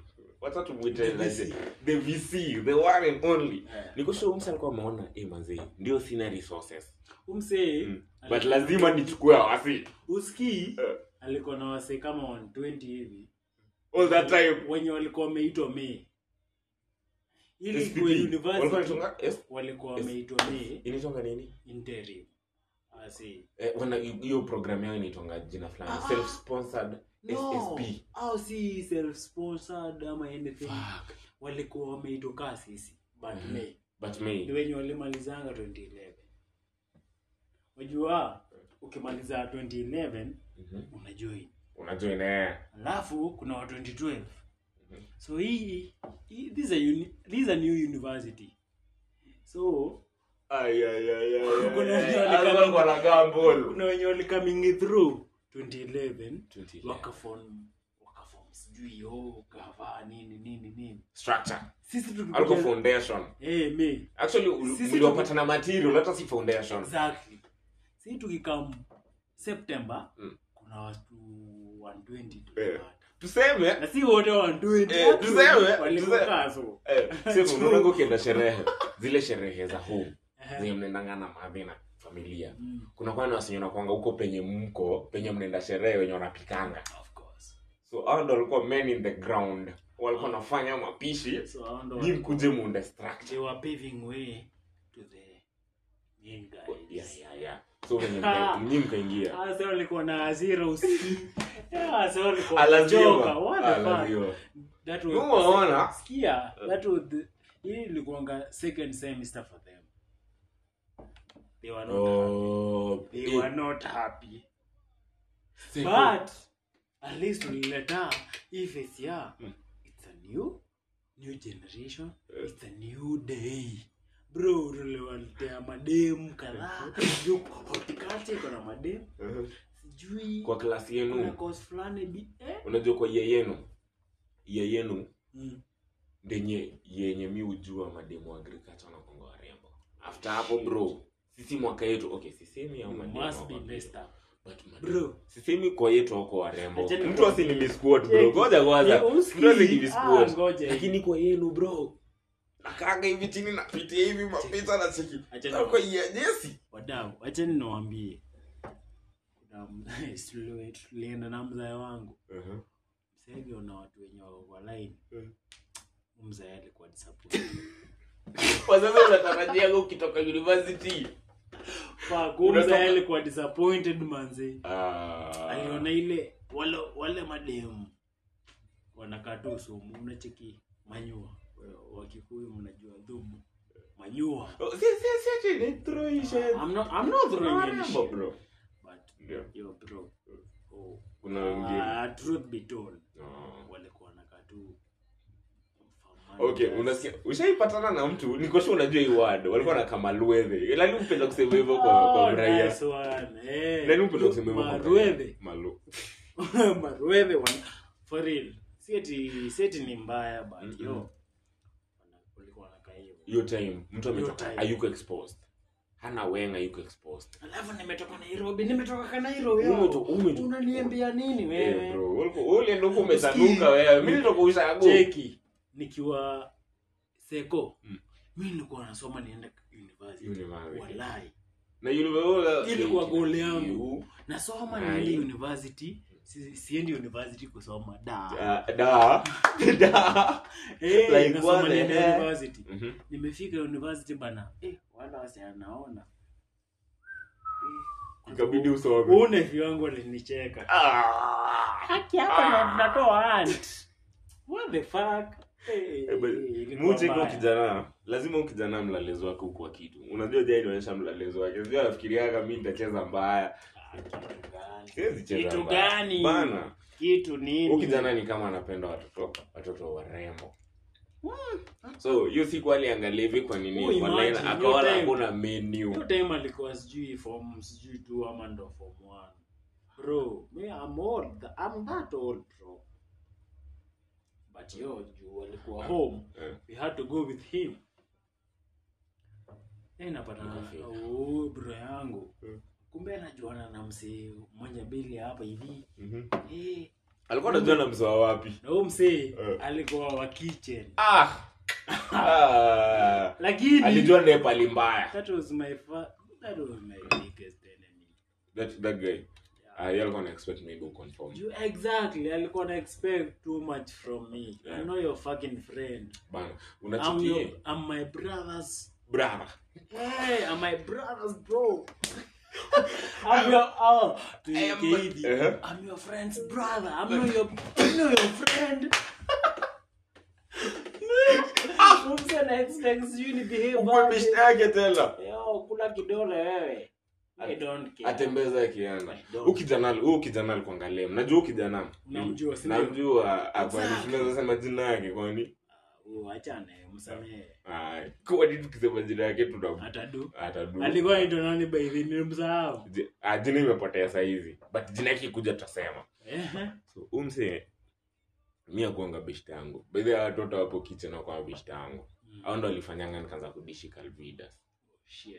wacha tumwite The VC. the vc the one and only Yeah. niko sure umse alikuwa ameona hey, manzee ndio sina resources umsee Mm. but lazima nichukue awasi uskii Eh. alikuwa na wasee kama 120 hivi all that time wenye walikuwa wameitwa me ili SPP. kuwe Walikuwa university wanaitwa- yes? walikuwa S- wameitwa me inaitwanga nini interim asi Eh, wana- hiyo program yao inaitwanga jina fulani Ah. self sponsored no ssp au si self sponsored ama anything Fuck. walikuwa wameitwa kaa sisi but Mhm. me but ni me wenye walimalizanga 2011 wajua ukimaliza 2011 Mhm. unajoin unajoin eh alafu kuna wa 2012 Mhm. so hii hii- these are uni, these are new university so Ay, ay, ay, ay, Kuna ay, wenye ay. walikaa- Hao wanakaa mbulu. kuna wenye walikaming through 2011 Waka- wakafom wakafom sijui o kavaa nini nini nini structure sisi alikuwa tulikujana- foundation eh me actually ul- Sisi uliwapata na material hata si foundation exactly sisi tukikam september Mm. kuna watu 120 Eh. tulipata. tuseme na si wote 120 Eh, watu tuseme, walikuwa tuseme. kaso. eh, sema unaonanga ukienda sherehe zile sherehe za Eh. home zenye mnaendanga na madhi na familia Mm, kuna kwani wasenye nakwanga huko penye mko penye mnaenda sherehe wenye wanapikanga of course. so hao ndo walikuwa men in the ground walikuwa wanafanya mapishi So, hao ndo ni walikuwa- mkuje muunde structure they were paving way to the main guys. yeah, yeah, yeah. so wenye mka- nyinyi mkaingia Hao Ah, sasa walikuwa na hasira usiku. Hao sasa walikuwa Alaziwa. wamechoka. What the fuck? Alaziwa. that was umeona sikia that was the, hii ilikuanga second semester for them they were not happy. Oh, they were eh, not happy siku- but at least ulileta hii face ya Mm. it's a new new generation Eh. it's a new day bro tuliwaletea mademu kadhaa Juu horticulture iko na mademu sijui kwa klasi kuna yenu course fulani bi eh? unajua kwa ye yenu ye yenu mm. ndenye yenye mi ujua mademu agriculture wanakonga warembo after hapo bro sisi mwaka yetu okay sisemi au You mademu must wako- be messed up but mademu- bro sisemi kwa yetu wako warembo Acheni mtu kwa- asinimiskot bro Cheki. ngoja kwanza Ya, usikii. mtu asinimiskot Ah, ngoja. lakini kwa yenu bro nakanga hivi chini napitia hivi mapicha na cheki Acheni. Na kwa ye- jesi wadau wacheni niwaambie Kuna m- tuli- tulienda na mzae wangu Uh-huh. msege una watu wenye wako kwa line Mm. Huyu mzae alikuwa disappointed. kwa sasa unatarajia ukitoka university Fuck, huyu Unasoma- mzae alikuwa disappointed manzi Ah. aliona ile wale, wale mademu wanakaa tu sumu unacheki manyua wakikuyu mnajua dhumu manyua Ah, I'm not, I'm not throwing any shit, but yo bro oh. Uh, kuna wengine Ah, truth be told Ah. walikuwa wanakaa tu okay unasikia ushaipatana na mtu nikosha unajua iwad walikuwa na kama lwedhe lani mpenda kusema Oh, hivyo kwa kwa mraia eh. lani mpenda kusema hivyo kwa mraia marwedhe malu marwedhe wana- for real sieti sieti ni mbaya but Mm-mm. yo wana- walikuwa wanakaa hivyo hiyo time mtu Hiyo ametoka time. ayuko exposed hana wenga yuko exposed alafu nimetoka nairobi nimetoka ka nairobi yo. Umeto- umeto- unaniambia nini Eh, wewe bro ulikuwa- wewe ulienda huko umetanuka wewe mimi nitoka ushago cheki nikiwa seko Mm. mi nilikuwa nasoma nienda university University. walai na university Ilikuwa goal yangu. nasoma niende university si- siendi university kusoma da Ah, da da Eh, like nasoma what the niende heck? university Mhm. nimefika university bana eh, wala wase anaona Eh, ikabidi usome une viwango alinicheka Ah. haki yako na natoa ant what the fuck Eh, Eh, but ilikuwa mutiko mbaya. kijana lazima ukijana mlalezo wake hukuwa kitu unajua jai inaonyesha mlalezo wake sijua nafikiriaga mi nitacheza mbaya Ah, kitu gani? siwezi cheza Kitu mbaya. gani? bana kitu huu nini kijana ni kama anapenda watoto watoto warembo Hmm. so hiyo siku aliangalia hivi kwa Oh, nini imagine, online hiyo akaona time. hakuna menu hiyo time alikuwa sijui form sijui tu ama ndo form one bro me I'm old I'm that old bro but yo juu alikuwa home Eh. we had to go with him eh napata Unafika. oh bro yangu Mm. kumbe anajuana na msee mmoja bili hapa hivi Mhm. eh alikuwa anajua na msoa wapi na huyo msee Eh. alikuwa wa kitchen ah Ah. lakini alijua nepali mbaya that was my fa- that was my biggest enemy that, that guy Yeah. Ah, yeye alikuwa ana expect maybe uconform You exactly alikuwa na expect too much from me. Yeah. I know your fucking friend. bana I'm your, unachukie I'm my brother's. brava Hey, I'm my brother's bro. I'm your oh, to I am- Katie. Uh-huh. I'm your friend's brother. I'm not your I'm not your friend. Ah! Mtu ana expect you ni behave aje. umebishtake tena Yo, kula kidole wewe. I don't care. atembeza akienda I don't- huu kijana huu kijana alikuangalia mnajua huu kijana Namjua, si ndio? namjua ah, kwani Exactly. tunaweza sema jina yake kwani Oh, achane, msamehe. Ah, kwani tukisema jina yake tuna Atadu. atadu Alikuwa anaitwa nani by the name msahau? Ji- ah, jina imepotea sahizi but jina yake ikuja tutasema Ehe. so umse mi akuanga beshta yangu bedhi watoto wapo kitchen wakuwa beshta yangu Hmm. au ndo alifanyanga nikaanza kudishi kalvidas Shit.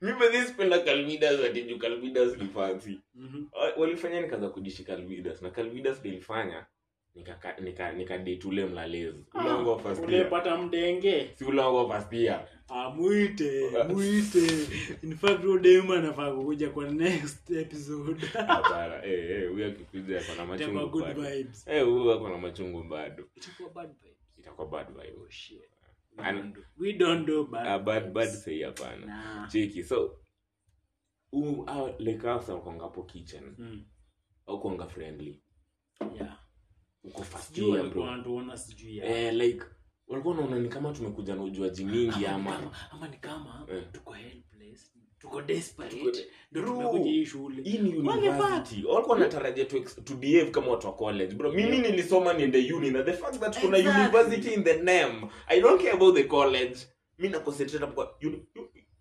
mi bedhi sipenda kalvidas atiju kalvidas ni fancy Mhm. Wa- walifanya nikaanza kudishi calvidas na calvidas nilifanya nikadate nika, nika date ule mlalezi Ah, Ule wangu wa first year. ulepata mdenge si ule wangu wa first year. amwite mwite In fact, huyo demu anafaa kukuja kwa next episode Hapana, eh, eh, huyu akikuja ako na itakuwa machungu good bado vibes Eh, huyu ako na machungu bado itakuwa bad vibes itakuwa bad vibe. oh shit we Ana- don't do, we don't do bad Ah, bad bad vibes. say hapana Nah. cheki so huyu ah, like us hawakuanga hapo kitchen Mm. au kuanga friendly Hmm, Yeah. uko first sijui year walikuwa bro wanatuona sijui ya- eh, like walikuwa wanaona ni kama tumekuja na ujuaji mingi ama, ama ama, ama ni kama Eh. tuko helpless tuko desperate Tuko- ndo Bro. tumekuja hii shule hii ni university walikuwa Hmm? wanatarajia to, ex- to behave kama watu wa college bro mimi nilisoma niende uni na the fact that kuna Exactly. university in the name i don't care about the college mi na concentrate hapo kwa uni-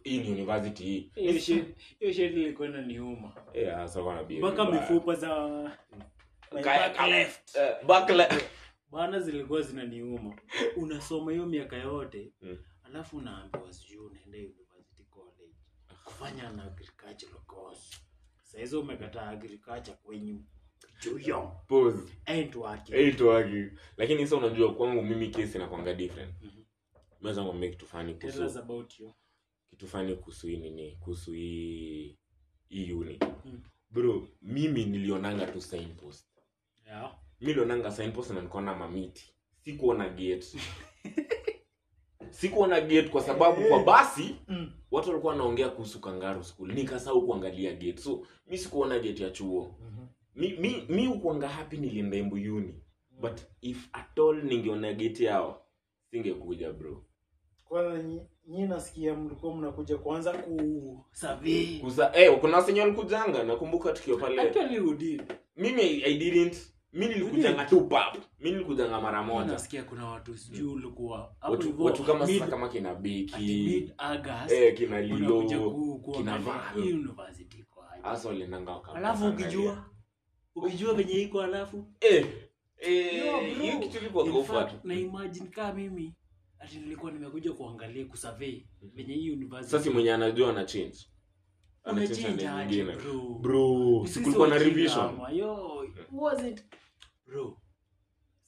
hii ni university hii Hiyo shit- hiyo shit ilikuwa inaniuma yeah so gonna be mpaka vibaya. mifupa za my Kaya- back left Eh, back le- bana zilikuwa zinaniuma unasoma hiyo miaka yote Mm. alafu unaambiwa sijui unaenda university college kufanya na agricultural course saizi umekataa agriculture kwenyu juyo Pause. ain't working Eh, ito wagi. lakini sasa unajua kwangu mimi kesi inakwanga different Mhm. meweza kwambia kitu fani tell us kuhusu about you kitu fani kuhusu hii nini kuhusu hii hii uni Mm. bro mimi nilionanga tu signpost yeah milionanga signpost na nikaona mamiti sikuona gate sikuona gate kwa sababu kwa basi mm. watu walikuwa wanaongea kuhusu kangaru school nikasahau kuangalia gate so mi sikuona gate ya chuo mi, mi, mi ukuanga hapi nilienda Embu uni but if at all ningeona gate yao singekuja bro kwanza nyi- nyi nasikia mlikuwa mnakuja kuanza ku survey Kusa, eh, kuna wasenye walikujanga nakumbuka tukio pale actually we did mimi i I didn't mi nilikujanga tu pap mi nilikujanga mara moja nasikia kuna watu sijui ulikuwa hapo Hmm. watu, hivyo, watu kama mid- sasa kama kina ati beki mid August eh, kina unakuja lilo ku- kuangalia kinavaa. hii university iko aje. hasa walinanga waka- alafu wakaangalia. ukijua ukijua venye iko alafu eh, eh, Yo, bro. hiyo kitu ilikuwa In gofa fact, tu. na imagine kaa mimi ati nilikuwa nimekuja kuangalia kusurvey venye Mhm. hii sasa si university mwenye anajua ana change Ana change Unachange na aje, nyingine. bro? bro Sisi sikulikuwa na wajinga revision ama, yo, was it- bro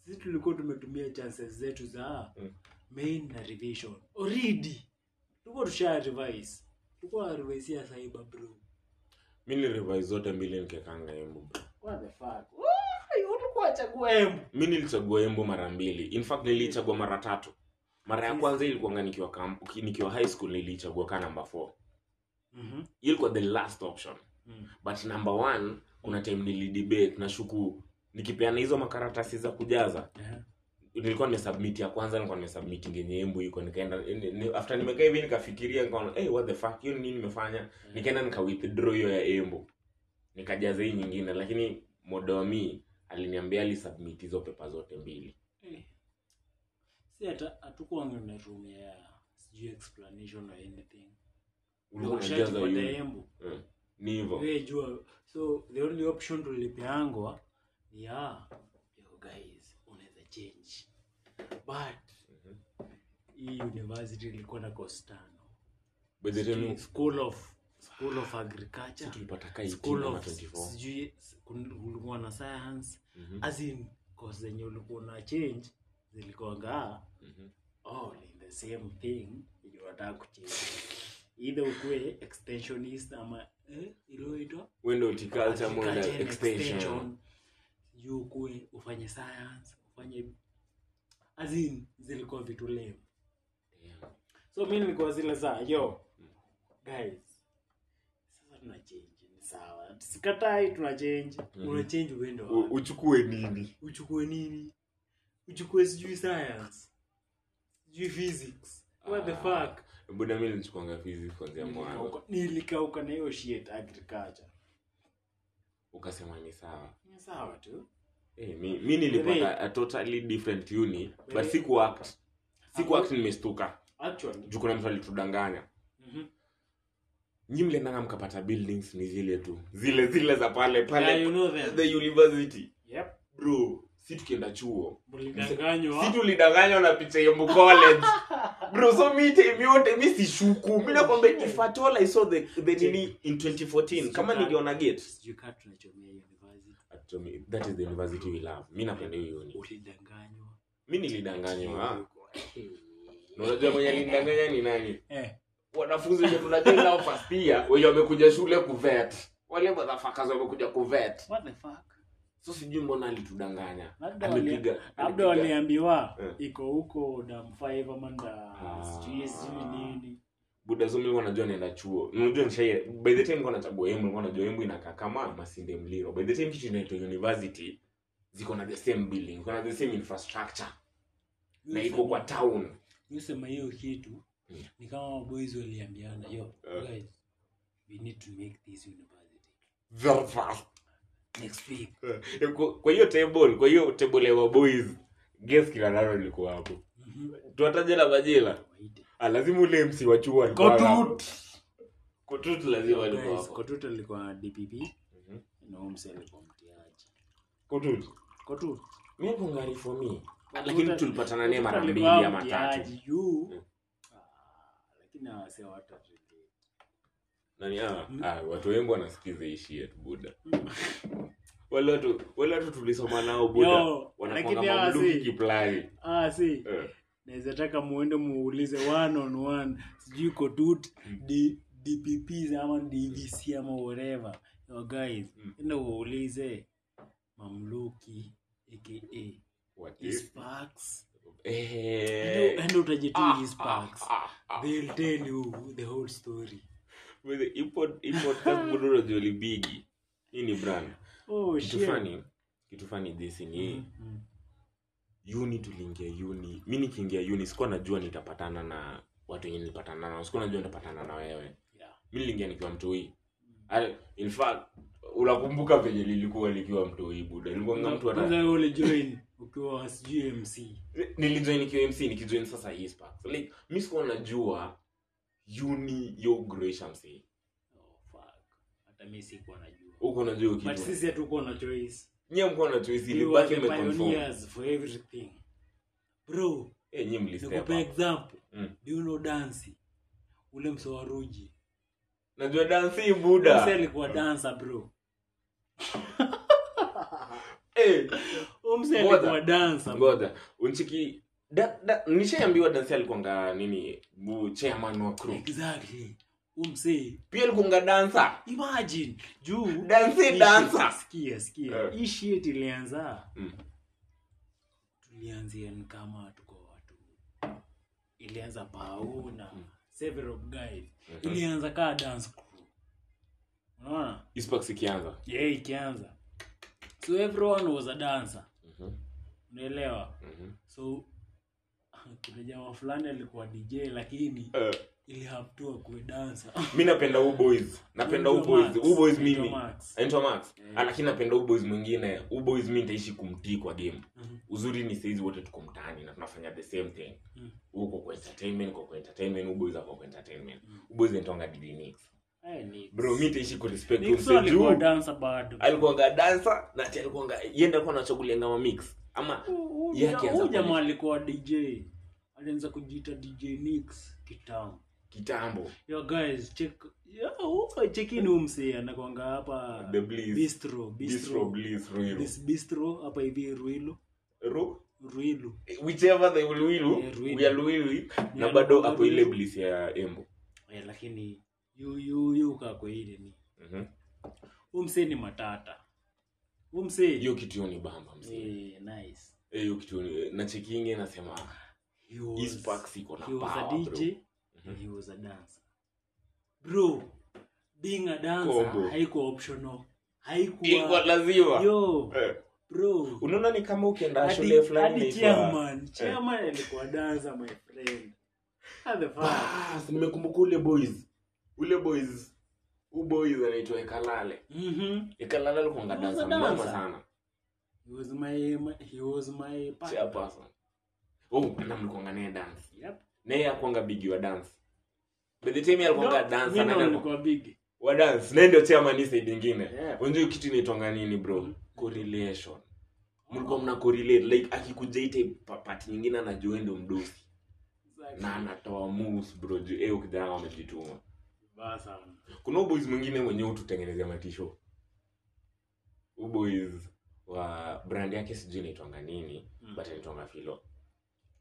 sisi tulikuwa tumetumia chances zetu za Mm. main na revision already tulikuwa tusha revise tulikuwa revise ya saiba bro mi nilirevise zote mbili nikekanga embu bro what the fuck oh, ulikuwa chagua emu mi nilichagua embo mara mbili in fact niliichagua mara tatu mara ya kwanza ilikuanga nikiwa camp, nikiwa high school niliichagua kaa number 4 mhm Hiyo ilikuwa the last option Mm. but number one kuna time nilidebate na shuku nikipeana hizo makaratasi za kujaza Eh. nilikuwa nimesubmit ya kwanza nilikuwa nimesubmit ngenye embo iko nikaenda ni- ni- after nimekaa hivi nikafikiria nikaona hey, what the fuck hiyo ni nini nimefanya nikaenda nika withdraw hiyo ya embo nikajaza hii nyingine lakini modomi aliniambia alisubmit hizo pepa zote mbili Eh. si hata hatukuanga na room ya sijui explanation or anything Ulikuwa Ukishaji unajaza kwa hiyo. dayembu. Mm. ni hivyo Wewe jua so the only option tulipeangwa ni ya yo guys unaweza change but Mhm. hii university ilikuwa na costano Budget yenu school of school of agriculture tulipata kaa 18 school ama of 24. sijui kun- ulikuwa na science Mhm. as in course zenye ulikuwa na change zilikuwa ngaa Mhm. all in the same thing yenye unataka kuchange either ukuwe extensionist ama eh, iliyoitwa Window horticulture, mwenda Agriculture and extension. extension. Sijui ukuwe ufanye science ufanye as in zilikuwa vitu leo Yeah. Mm. so mi nilikuwa zile za yo guys sasa tuna change ni sawa sikatai tuna change Mhm. una change uende U- wapi? uchukue nini uchukue nini uchukue sijui science sijui physics what the Ah, fuck buda mi nilichukuanga physics kuanzia mwanzo Nilikauka- nilikauka na hiyo shit agriculture ukasema ni sawa ni sawa tu Eh, mi, mi nilipata Wewe- a totally different uni but Wewe- siku act siku Ako- act nimestuka actually juu kuna mtu alitudanganya mhm. nyi mliendanga mkapata buildings ni zile tu zile zile za pale Yeah, pale you know them. the university Yep. bro si tukienda chuo si mlidanganywa tulidanganywa na picha ya mcollege bro so mi time yote mi sishuku mi nakwambia if at all i saw the, the nini in 2014 kama ningeona gate sijui kaa tunachomea university Atomi- that is the university we love mi napenda hiyo uni ulidanganywa mi nilidanganywa ah. Na unajua mwenye alidanganya ni nani Eh. wanafunzi wenye tunajua nao first year wenye wamekuja shule kuvet wale madhafakas wamekuja kuvet What the fuck? so sijui mbona alitudanganya Labda amepiga wali- labda amepiga- waliambiwa Eh. iko huko dam 5 ama nda Ah. sijui sijui nini buda so mimi wanajua naenda chuo unajua nishaye by the time nilikuwa nachagua embu nilikuwa najua embu inakaa kama masinde mliro by the time kitu inaitwa university ziko na the same building ziko na the same infrastructure na iko kwa town usema hiyo kitu Mm. ni kama maboys waliambiana yo Eh. guys we need to make this university very fast next week Kwa- kwa hiyo table kwa hiyo table ya boys guess kila nalo lilikuwa hapo Mhm. tuwataje la majela Waite. ah lazima ule MC wa chuo alikuwa hapo Kotut. kotut lazima alikuwa Guys, hapo kotut alikuwa dpp Mhm. na huyu msee alikuwa mtiaji kotut kotut mimi kungari for me Kotut lakini al- tulipatana naye mara Kotut mbili alikuwa ama tatu mtiaji juu Mm. Ah, lakini awase watu nani ah, Mm. ah watu wengi wanasikiza ishia tu buda wale watu wale watu tulisoma nao buda Yo, wanakwanga lakini hawa mamluki si kiplani ah si Eh. naweza taka muende muulize one on one sijui kotut D- dpps ama dvc ama whatever yo guys Mm. enda uulize mamluki aka What if- isparks Eh. enda Ah, utajitu ah, isparks ah, ah. they'll tell you the whole story With the import- import tax mdoro joli bigi hii ni brand oh kitu shit. fani kitu fani this ni hii Mhm. uni tuliingia uni mi nikiingia uni sikuwa najua nitapatana na watu wenye nilipatana nao sikuwa najua nitapatana na wewe Yeah. mi niliingia nikiwa mtoi Ah, in fact unakumbuka venye lilikuwa nikiwa mtoi buda nilikuwanga mtu hata Kwanza wewe ulijoin ukiwa sijui mc nilijoin QMC nikijoin sasa hii Sparks. Like mi sikuwa najua uni yo grace msi. Oh, fuck. hata mi sikuwa najua Uko najua hiyo but kitu. sisi hatukuwa na choice Nyie mko na choice We ile were baki the mmeconform. pioneers for everything bro Eh nyie mlistep. nikupa up. example Mm. do you know dansi ule msowaruji Najua dance mse buda. Mm. alikuwa dansa bro Eh Huyu mse Ngoja. alikuwa dansa bro. ngoja unchiki da, da, nishaambiwa dance alikuanga nini bu chairman wa crew. exactly umse Pia alikuanga dancer. imagine juu Dansi, Hii dansa. shit- sikia sikia Eh. hii shit ilianza Mm. tulianzia ni kama tuko watu ilianza pau na Mm. several guys Mhm. ilianza kaa dance crew unaona Hii Sparks ikianza. yeah ikianza so everyone was a dancer Mhm. unaelewa Mhm. so kuna jamaa fulani alikuwa dj lakini Eh, ilihaptua kuwe dansa mi napenda u boys napenda u Anaitwa boys Max. u boys Anaitwa mimi Max. anaitwa max Eh. Ah, lakini napenda uboys mwingine uboys mi nitaishi kumtii kwa game Mhm. uzuri ni saizi wote tuko mtaani na tunafanya the same thing Mhm. uko kwa entertainment uko kwa entertainment uboys ako kwa entertainment Mhm. uboys inaitwanga Didi Nix Eh, Nix. bro mi nitaishi kurespect huyo Nix msee alikuwa juu dancer bado alikuwanga dancer na ati alikuwanga yenda kwa anachagulia ngama mix ama Huyu- Yeye akianza huyu jamaa kuonyesha. alikuwa dj alianza kujiita dj nix kitambo kitambo yo guys check yo, huyo chekini umse anakwanga hapa the bliss bistro bistro bistro bliss ruiru this bistro hapa hivi ruilu Ru- ruilu whichever they will will Yeah, Ruiru. we are will na Yeah, bado anakwanga hapo ile Ruiru. bliss ya embo eh, lakini yu yu yu kaa kwa ile ni Mhm. umse ni matata umse hiyo kitu hiyo ni bamba mzee eh, nice Eh, hiyo kitu ni- na chekinge nasema he was, hii Sparks iko na he was a power, dj bro. Mm-hmm. and he was a dancer bro being a dancer Combo. haikuwa optional Ilikuwa haikuwa lazima yo Eh, bro unaona ni kama ukienda Hadi- shule fulani hadi inaitwa- Eh. chairman chairman alikuwa dancer my friend What the fuck Ah, nimekumbuka ule boys ule boys u boys anaitwa ekalale mhm ekalale alikuanga Alikuwa dansa dancer. mama sana He was my, my he was my partner. chairperson oh na mlikuanga naye dance Yep. naye akuanga bigi wa dance by the time yeye alikuanga No, dance mimi na ndo nani nilikuwa big. wa dance naye ndio chairman hii side nyingine Yeah. unajua kitu inaitwanga nini bro Mhm. correlation mlikuwa mna correlate like akikuja ite pati nyingine anajua yeye ndio mdosi Exactly. na anatoa moves bro juu eh kijana amejituma Vibaya sana. kuna huyu boys mwingine mwenyewe hututengenezea matisho Huyu boys wa brand yake sijui inaitwanga nini Mm. but anaitwanga filo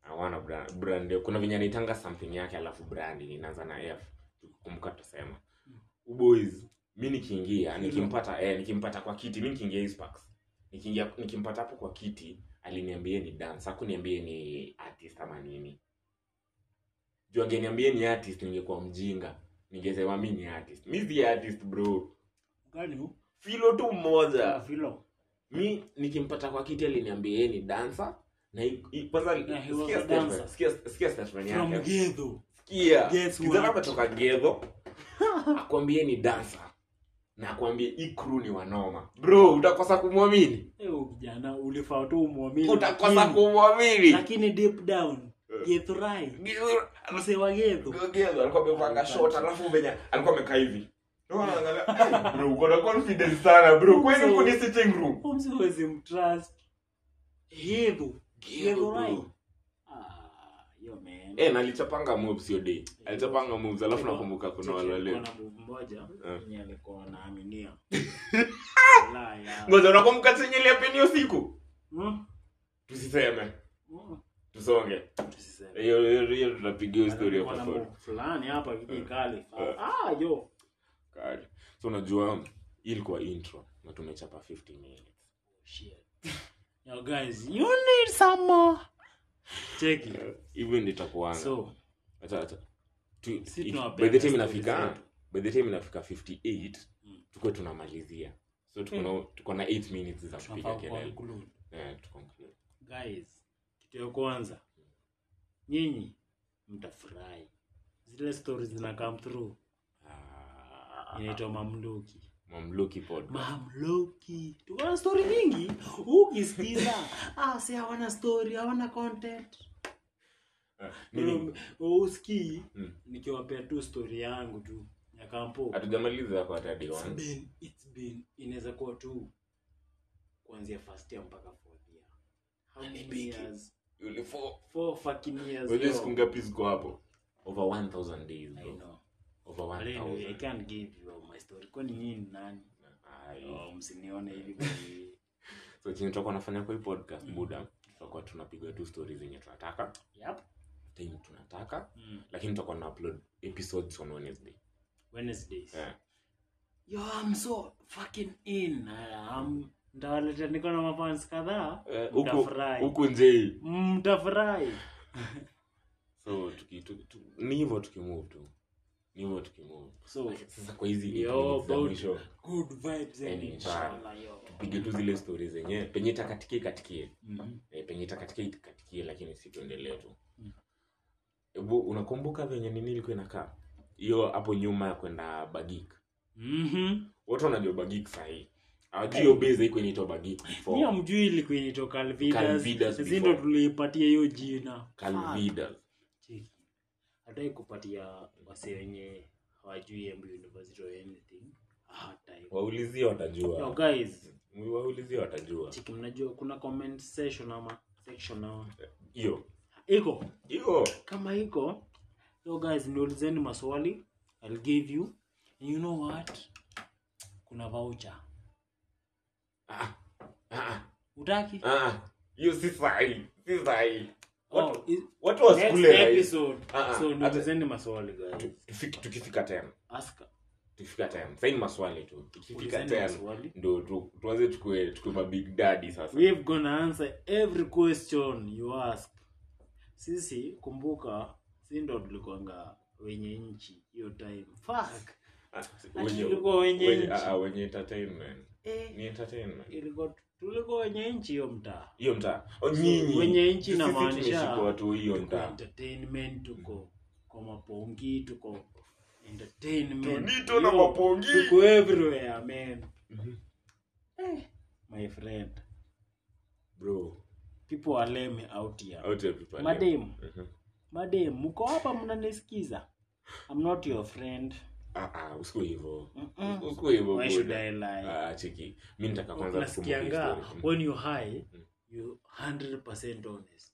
awana brand, brand kuna venye anaitanga something yake alafu brand inaanza na f tukumbuka tutasema Huyu boys mi nikiingia Filo. nikimpata eh, nikimpata kwa kiti mi nikiingia Hispax. nikiingia nikimpata hapo kwa kiti aliniambia ni dance hakuniambia ni artist ama nini juu angeniambia ni artist ningekuwa mjinga ningesema mi ni artist mi si artist bro Gani huu? filo tu mmoja Ah, Filo. mi nikimpata kwa kiti aliniambia yeye ni dansa na i- i- kwanza Yeah, he was sikia a statement- dancer. sikia- sikia statement from yake. Gedho. Sikia. Guess Kijana what? ametoka gedho akwambie ni dansa na akwambie hii crew ni wanoma bro utakosa kumwamini Eyo kijana ulifaa tu umwamini, utakosa lakini- kumwamini lakini deep down Githurai mzee wa Gedho Gedho alikuwa amepanga shot alafu venya alikuwa amekaa hivi Ndio anaangalia, "Hey, bro uko na confidence sana bro kwani uko ni sitting room Huyu mzee huwezi mtrust Gedho Githurai bro. Ah, yo man eh na alichapanga moves hiyo day alichapanga moves alafu Kuna- nakumbuka kuna Cheche, wale wale nilikuwa na move moja Eh. yenye alikuwa anaaminia Walai, ah. ngoja unakumbuka chenye iliapeni hiyo siku Mm, tusiseme mm, tusonge tusiseme. hiyo hiyo- hiyo tunapiga hiyo story hapo Alikuwa na story move fulani hapa hivi kali Eh. ah yo Kali. so unajua hii ilikuwa intro na tumechapa 50 minutes Shit. Yo guys, you need some more. Check it. hivi ndio itakuanga So, Uh, acha acha Tu- Si it- tunawapea by the time stories inafika zetu. by the time inafika 58 Mm. tuko tunamalizia so tuko na tuko na 8 minutes za kupiga tunafaa kelele kuconclude. eh tukonclude Guys, kitu ya kwanza nyinyi mtafurahi zile stories zina come through ah inaitwa mamluki mamluki pod mamluki tuko na story mingi ukisikiza ah, si hawana story hawana content Eh, nini Um, usikii Mm. nikiwapea tu story yangu tu ya kampo hatujamaliza kwa hadi It's 1 been- it's been- inaweza kuwa tu kuanzia first year mpaka fourth year how Ni many big. years uniform four fucking years unajua yo. siku ngapi ziko hapo over 1000 days I bro know. over But anyway, I 1000 can't give you all my story kwani nyinyi ni nani Ai. Oh, msinione hivi bali- so chenye tutakuwa nafanya kwa hii podcast muda tutakuwa tunapiga tu stories zenye tunataka Yep. time tunataka Mm. lakini tutakuwa na upload episodes on wednesday Wednesdays. eh Yo, I'm so fucking in. I am- Ndawaleta niko na mafans kadhaa Eh, huku mtafurahi huku nje mtafurahi so tuki, tu, tu, ni hivyo tukimove tu ni hivyo tukimove so sasa kwa hizi Yo, minutes za bro. mwisho good vibes and Any inshallah yo pige tu zile stori zenyewe penye itakatikie ikatikie Mhm. e, penye itakatikie ikatikie lakini si tuendelee tu Mm. hebu unakumbuka venye nini ilikuwa inakaa hiyo hapo nyuma ya kwenda bagik Mhm. watu wanajua bagik sahii awajui Eh. hiyo base haikuwa inaitwa bagik Nyie before hamjui ilikuwa inaitwa Calvidas. Calvidas Sisi before. ndo tuliipatia hiyo jina Ah, calvidas Cheki. hataki kupatia wase wenye hawajui MB University or anything hataki. waulizie Yo, watajua guys waulizie watajua cheki mnajua kuna comment section ama section ama hiyo iko hiyo kama iko yo guys niulizeni maswali I'll give you and you know what kuna voucher Ah, ah, utaki ah. hiyo si sahi si sahi Watu- Oh, i- watu wa next skule rahisi. episode. Ah, ah, So, ata- niulizeni maswali guys Tu- tufik- tukifika tena ask tukifika tena saini maswali tu tukifika Ulizeni tena maswali. ndo tu- tuanze tukue tukue mabig dadi sasa We've gonna answer every question you ask. Sisi kumbuka, si ndo tulikuanga wenye nchi hiyo time. Fuck. Ah, si- Ati wenye- tulikuwa wenye wenye- nchi. ah, ah, wenye entertainment Eh, ni entertainment ilikuwa tulikuwa wenye nchi hiyo mtaa. hiyo mtaa Oh, nyinyi wenye nchi Sisi inamaanisha- tumeshika watu hiyo Tuko mtaa entertainment tuko kwa mapongi tuko entertainment. Tunito na Yo, mapongi. Tuko everywhere, man. Mhm. Eh, my friend. bro People are lame out here. out here people are Mademu. lame. Mhm. Madem, mko hapa mnanisikiza? I'm not your friend. Ah, ah, usikuwe hivyo Mm-mm. usikuwe hivyo Why should bwana. I lie? Ah, cheki mi nitaka kwanza Unasikianga kukumbuka history. when you high, Mm. you 100% honest.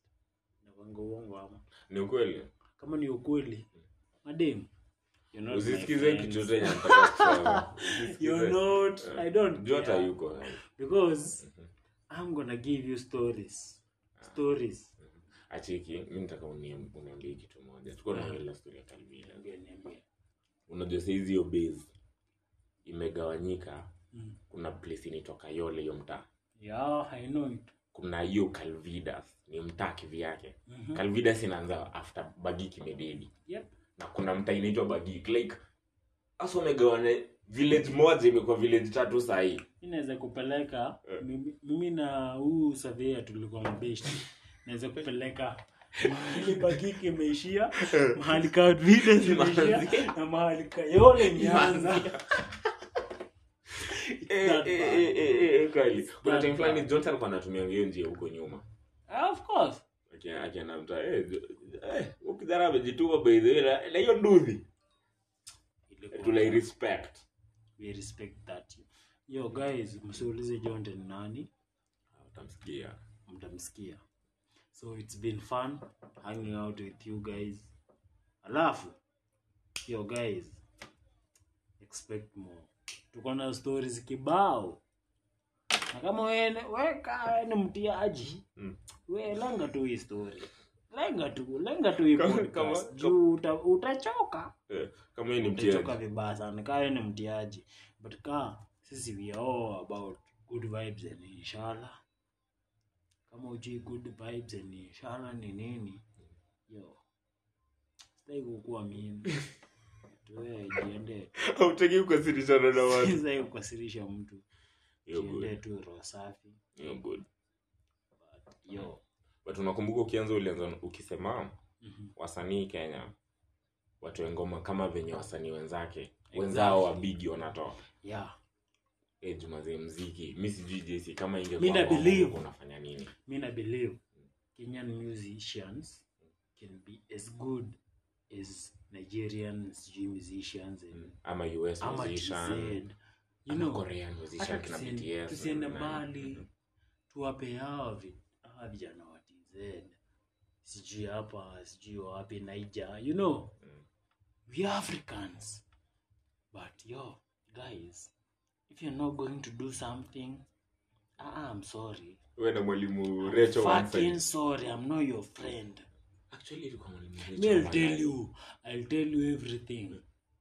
Na wango uongo ama. ni ukweli Kama ni ukweli. Madem, you're not my usisikize friend. kichote yenye nataka kusema. Usisikize. You're not. I don't Jua hata care. yuko Mhm. Because I'm gonna give you stories. Ah. Stories. achiki mi nataka unie- uniambie kitu moja tuko Ah. naongelea story ya kalvila Niambie, niambie. unajua saizi hiyo base imegawanyika Mm. kuna place inaitwa yole hiyo mtaa Yeah, I know it. kuna hiyo calvidas ni mtaa kivyake Mhm. calvidas inaanza after bagik imebedi Yep. na kuna mtaa inaitwa bagik like hasa wamegawanya village moja imekuwa village tatu sahii mi naweza kupeleka Eh. mimi- mimi na huu surveyor tulikuwa mabeshti naweza kupeleka mahali pakiki imeishia mahali kavile zimeishia na mahali kayole imeanza Eh, eh, That bad. eh, eh, eh, eh, kweli. Kuna that time fulani bad. Jonathan alikuwa anatumia hiyo njia huko nyuma Ah, of course Aki- akienda mtaa eh, Jo- eh, huyu kijana amejituma by the way na- na hiyo duthi Ilikuwa- tulai respect we respect that yo guys msiulize jonte ni nani utamsikia mtamsikia so it's been fun hanging out with you guys alafu yo guys expect more tuko na stories kibao na kama wewe weka ni mtiaji Mm. we lenga tu hii story lenga tu lenga tu hii Kama- podcast kama- juu uta, utachoka Eh, kama hii ni Nilichoka mtiaji vibaya sana kaa wewe ni mtiaji but kaa sisi we are all about good vibes and inshallah kama ujui good vibes and inshallah ni nini yo sitaki kukuwa mean But wewe jiende hautaki kukasirishana na watu sitaki kukasirisha mtu You're good. jiende tu roho safi You're good. but yo but unakumbuka ukianza ulianza ukisema Mhm. wasanii kenya watu wengoma kama venye wasanii wenzake Exactly. wenzao wabigi wanatoa yeah Eh, jumaze mziki mi sijui jesi kama Mi na ingekuwa kwako, believe. ungekuwa unafanya nini mi na believe kenyan musicians can be as good as nigerian sijui musicians and Mm. ama us ama musician TZ. You ama know, korean musician hata kina tusien- bts Mm-hmm. tusiende na- mbali tuwape hawa vi- hawa vijana wa tz sijui hapa sijui wapi naija you know Mm. we africans but yo guys if you're not going to do something ah, i'm sorry we na mwalimu recho fucking sorry i'm not your friend actually ilikuwa mwalimu me recho i'll tell you i'll tell you everything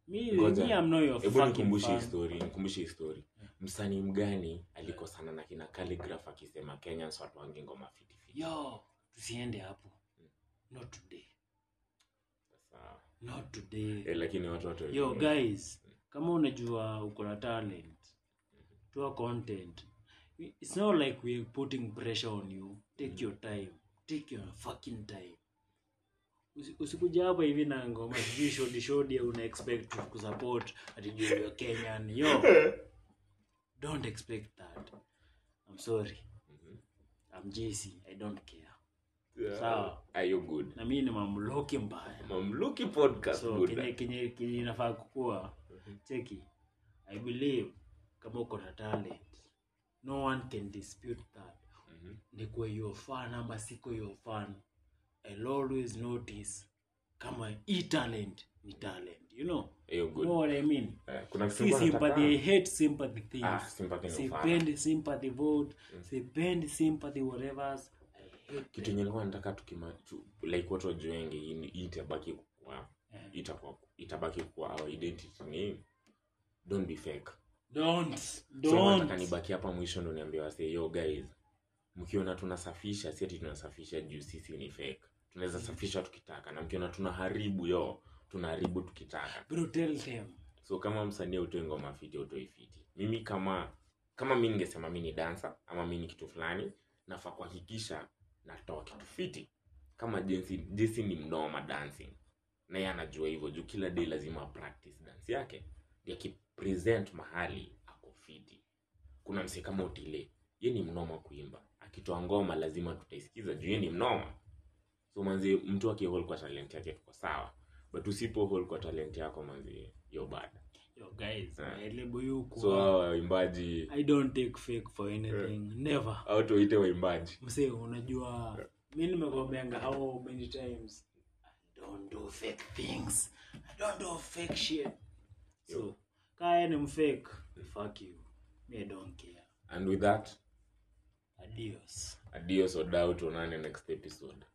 me, me i'm not your hebu fucking nikumbushe fan histori nikumbushe histori msanii mgani alikosana na kina kaligraf akisema kenyans watu wangi ngoma fitifiti yo tusiende hapo not today Sasa, not today eh, lakini watu watu yo guys kama unajua uko na talent Mm-hmm. toa content it's not like we're putting pressure on you Mm-hmm. take your time take your fucking time Usi- usikuja hapa hivi na ngoma sijui shodi shodi una expect kusupport ati juu you're kenyan yo don't expect that i'm sorry Mhm. i'm jc i don't care Yeah. Sawa. Are you good na mimi ni mamloki mbaya mamluki podcast so good. kenye kenye kenye inafaa kukua cheki i believe kama uko na talent no one can dispute that Mhm. nikuwa your fan ama siko your fan i'll always notice kama hii talent ni talent you know Are you good know what i mean Eh, kuna kitu si nilikuwa sympathy i nataka- hate sympathy things Ah, sympathy ni ufala. sipendi sympathy vote sipendi sympathy whatever i hate kitu them. yenye nilikuwa nataka tukima tu- like watu wajue wengi hii- hii itabaki kuwa Eh, itakuwa itabaki kuwa our identity ni don't be fake don't so nataka don't nibaki hapa mwisho ndo niambie wase yo guys mkiona tunasafisha si ati tunasafisha juu sisi ni fake tunaweza safisha tukitaka na mkiona tunaharibu yo tunaharibu tukitaka bro tell them so kama msanii utoe ngoma fiti utoe fiti mimi kama kama mi ningesema mi ni dansa ama mi ni kitu fulani nafaa kuhakikisha natoa kitu fiti kama jinsi jinsi ni mnoma dancing naye anajua hivyo juu kila day lazima practice dance yake Ndio akipresent mahali ako fiti kuna msee kama utile ye ni mnoma kuimba akitoa ngoma lazima tutaisikiza juu ye ni mnoma so manzi mtu akihol kwa talent yake tuko sawa but usipo hol kwa talent yako manzi yo bad Yo guys, eh, Yeah. my label yuko. so uh, hawa waimbaji I don't take fake for anything. Never. au tuwaite waimbaji Msee unajua mimi nimekwambianga how many times I don't do fake things. I don't do fake shit. So, Yo. kaya ni mfake, fuck you. Me I don't care. and with that Adios. adios odau tuonane next episode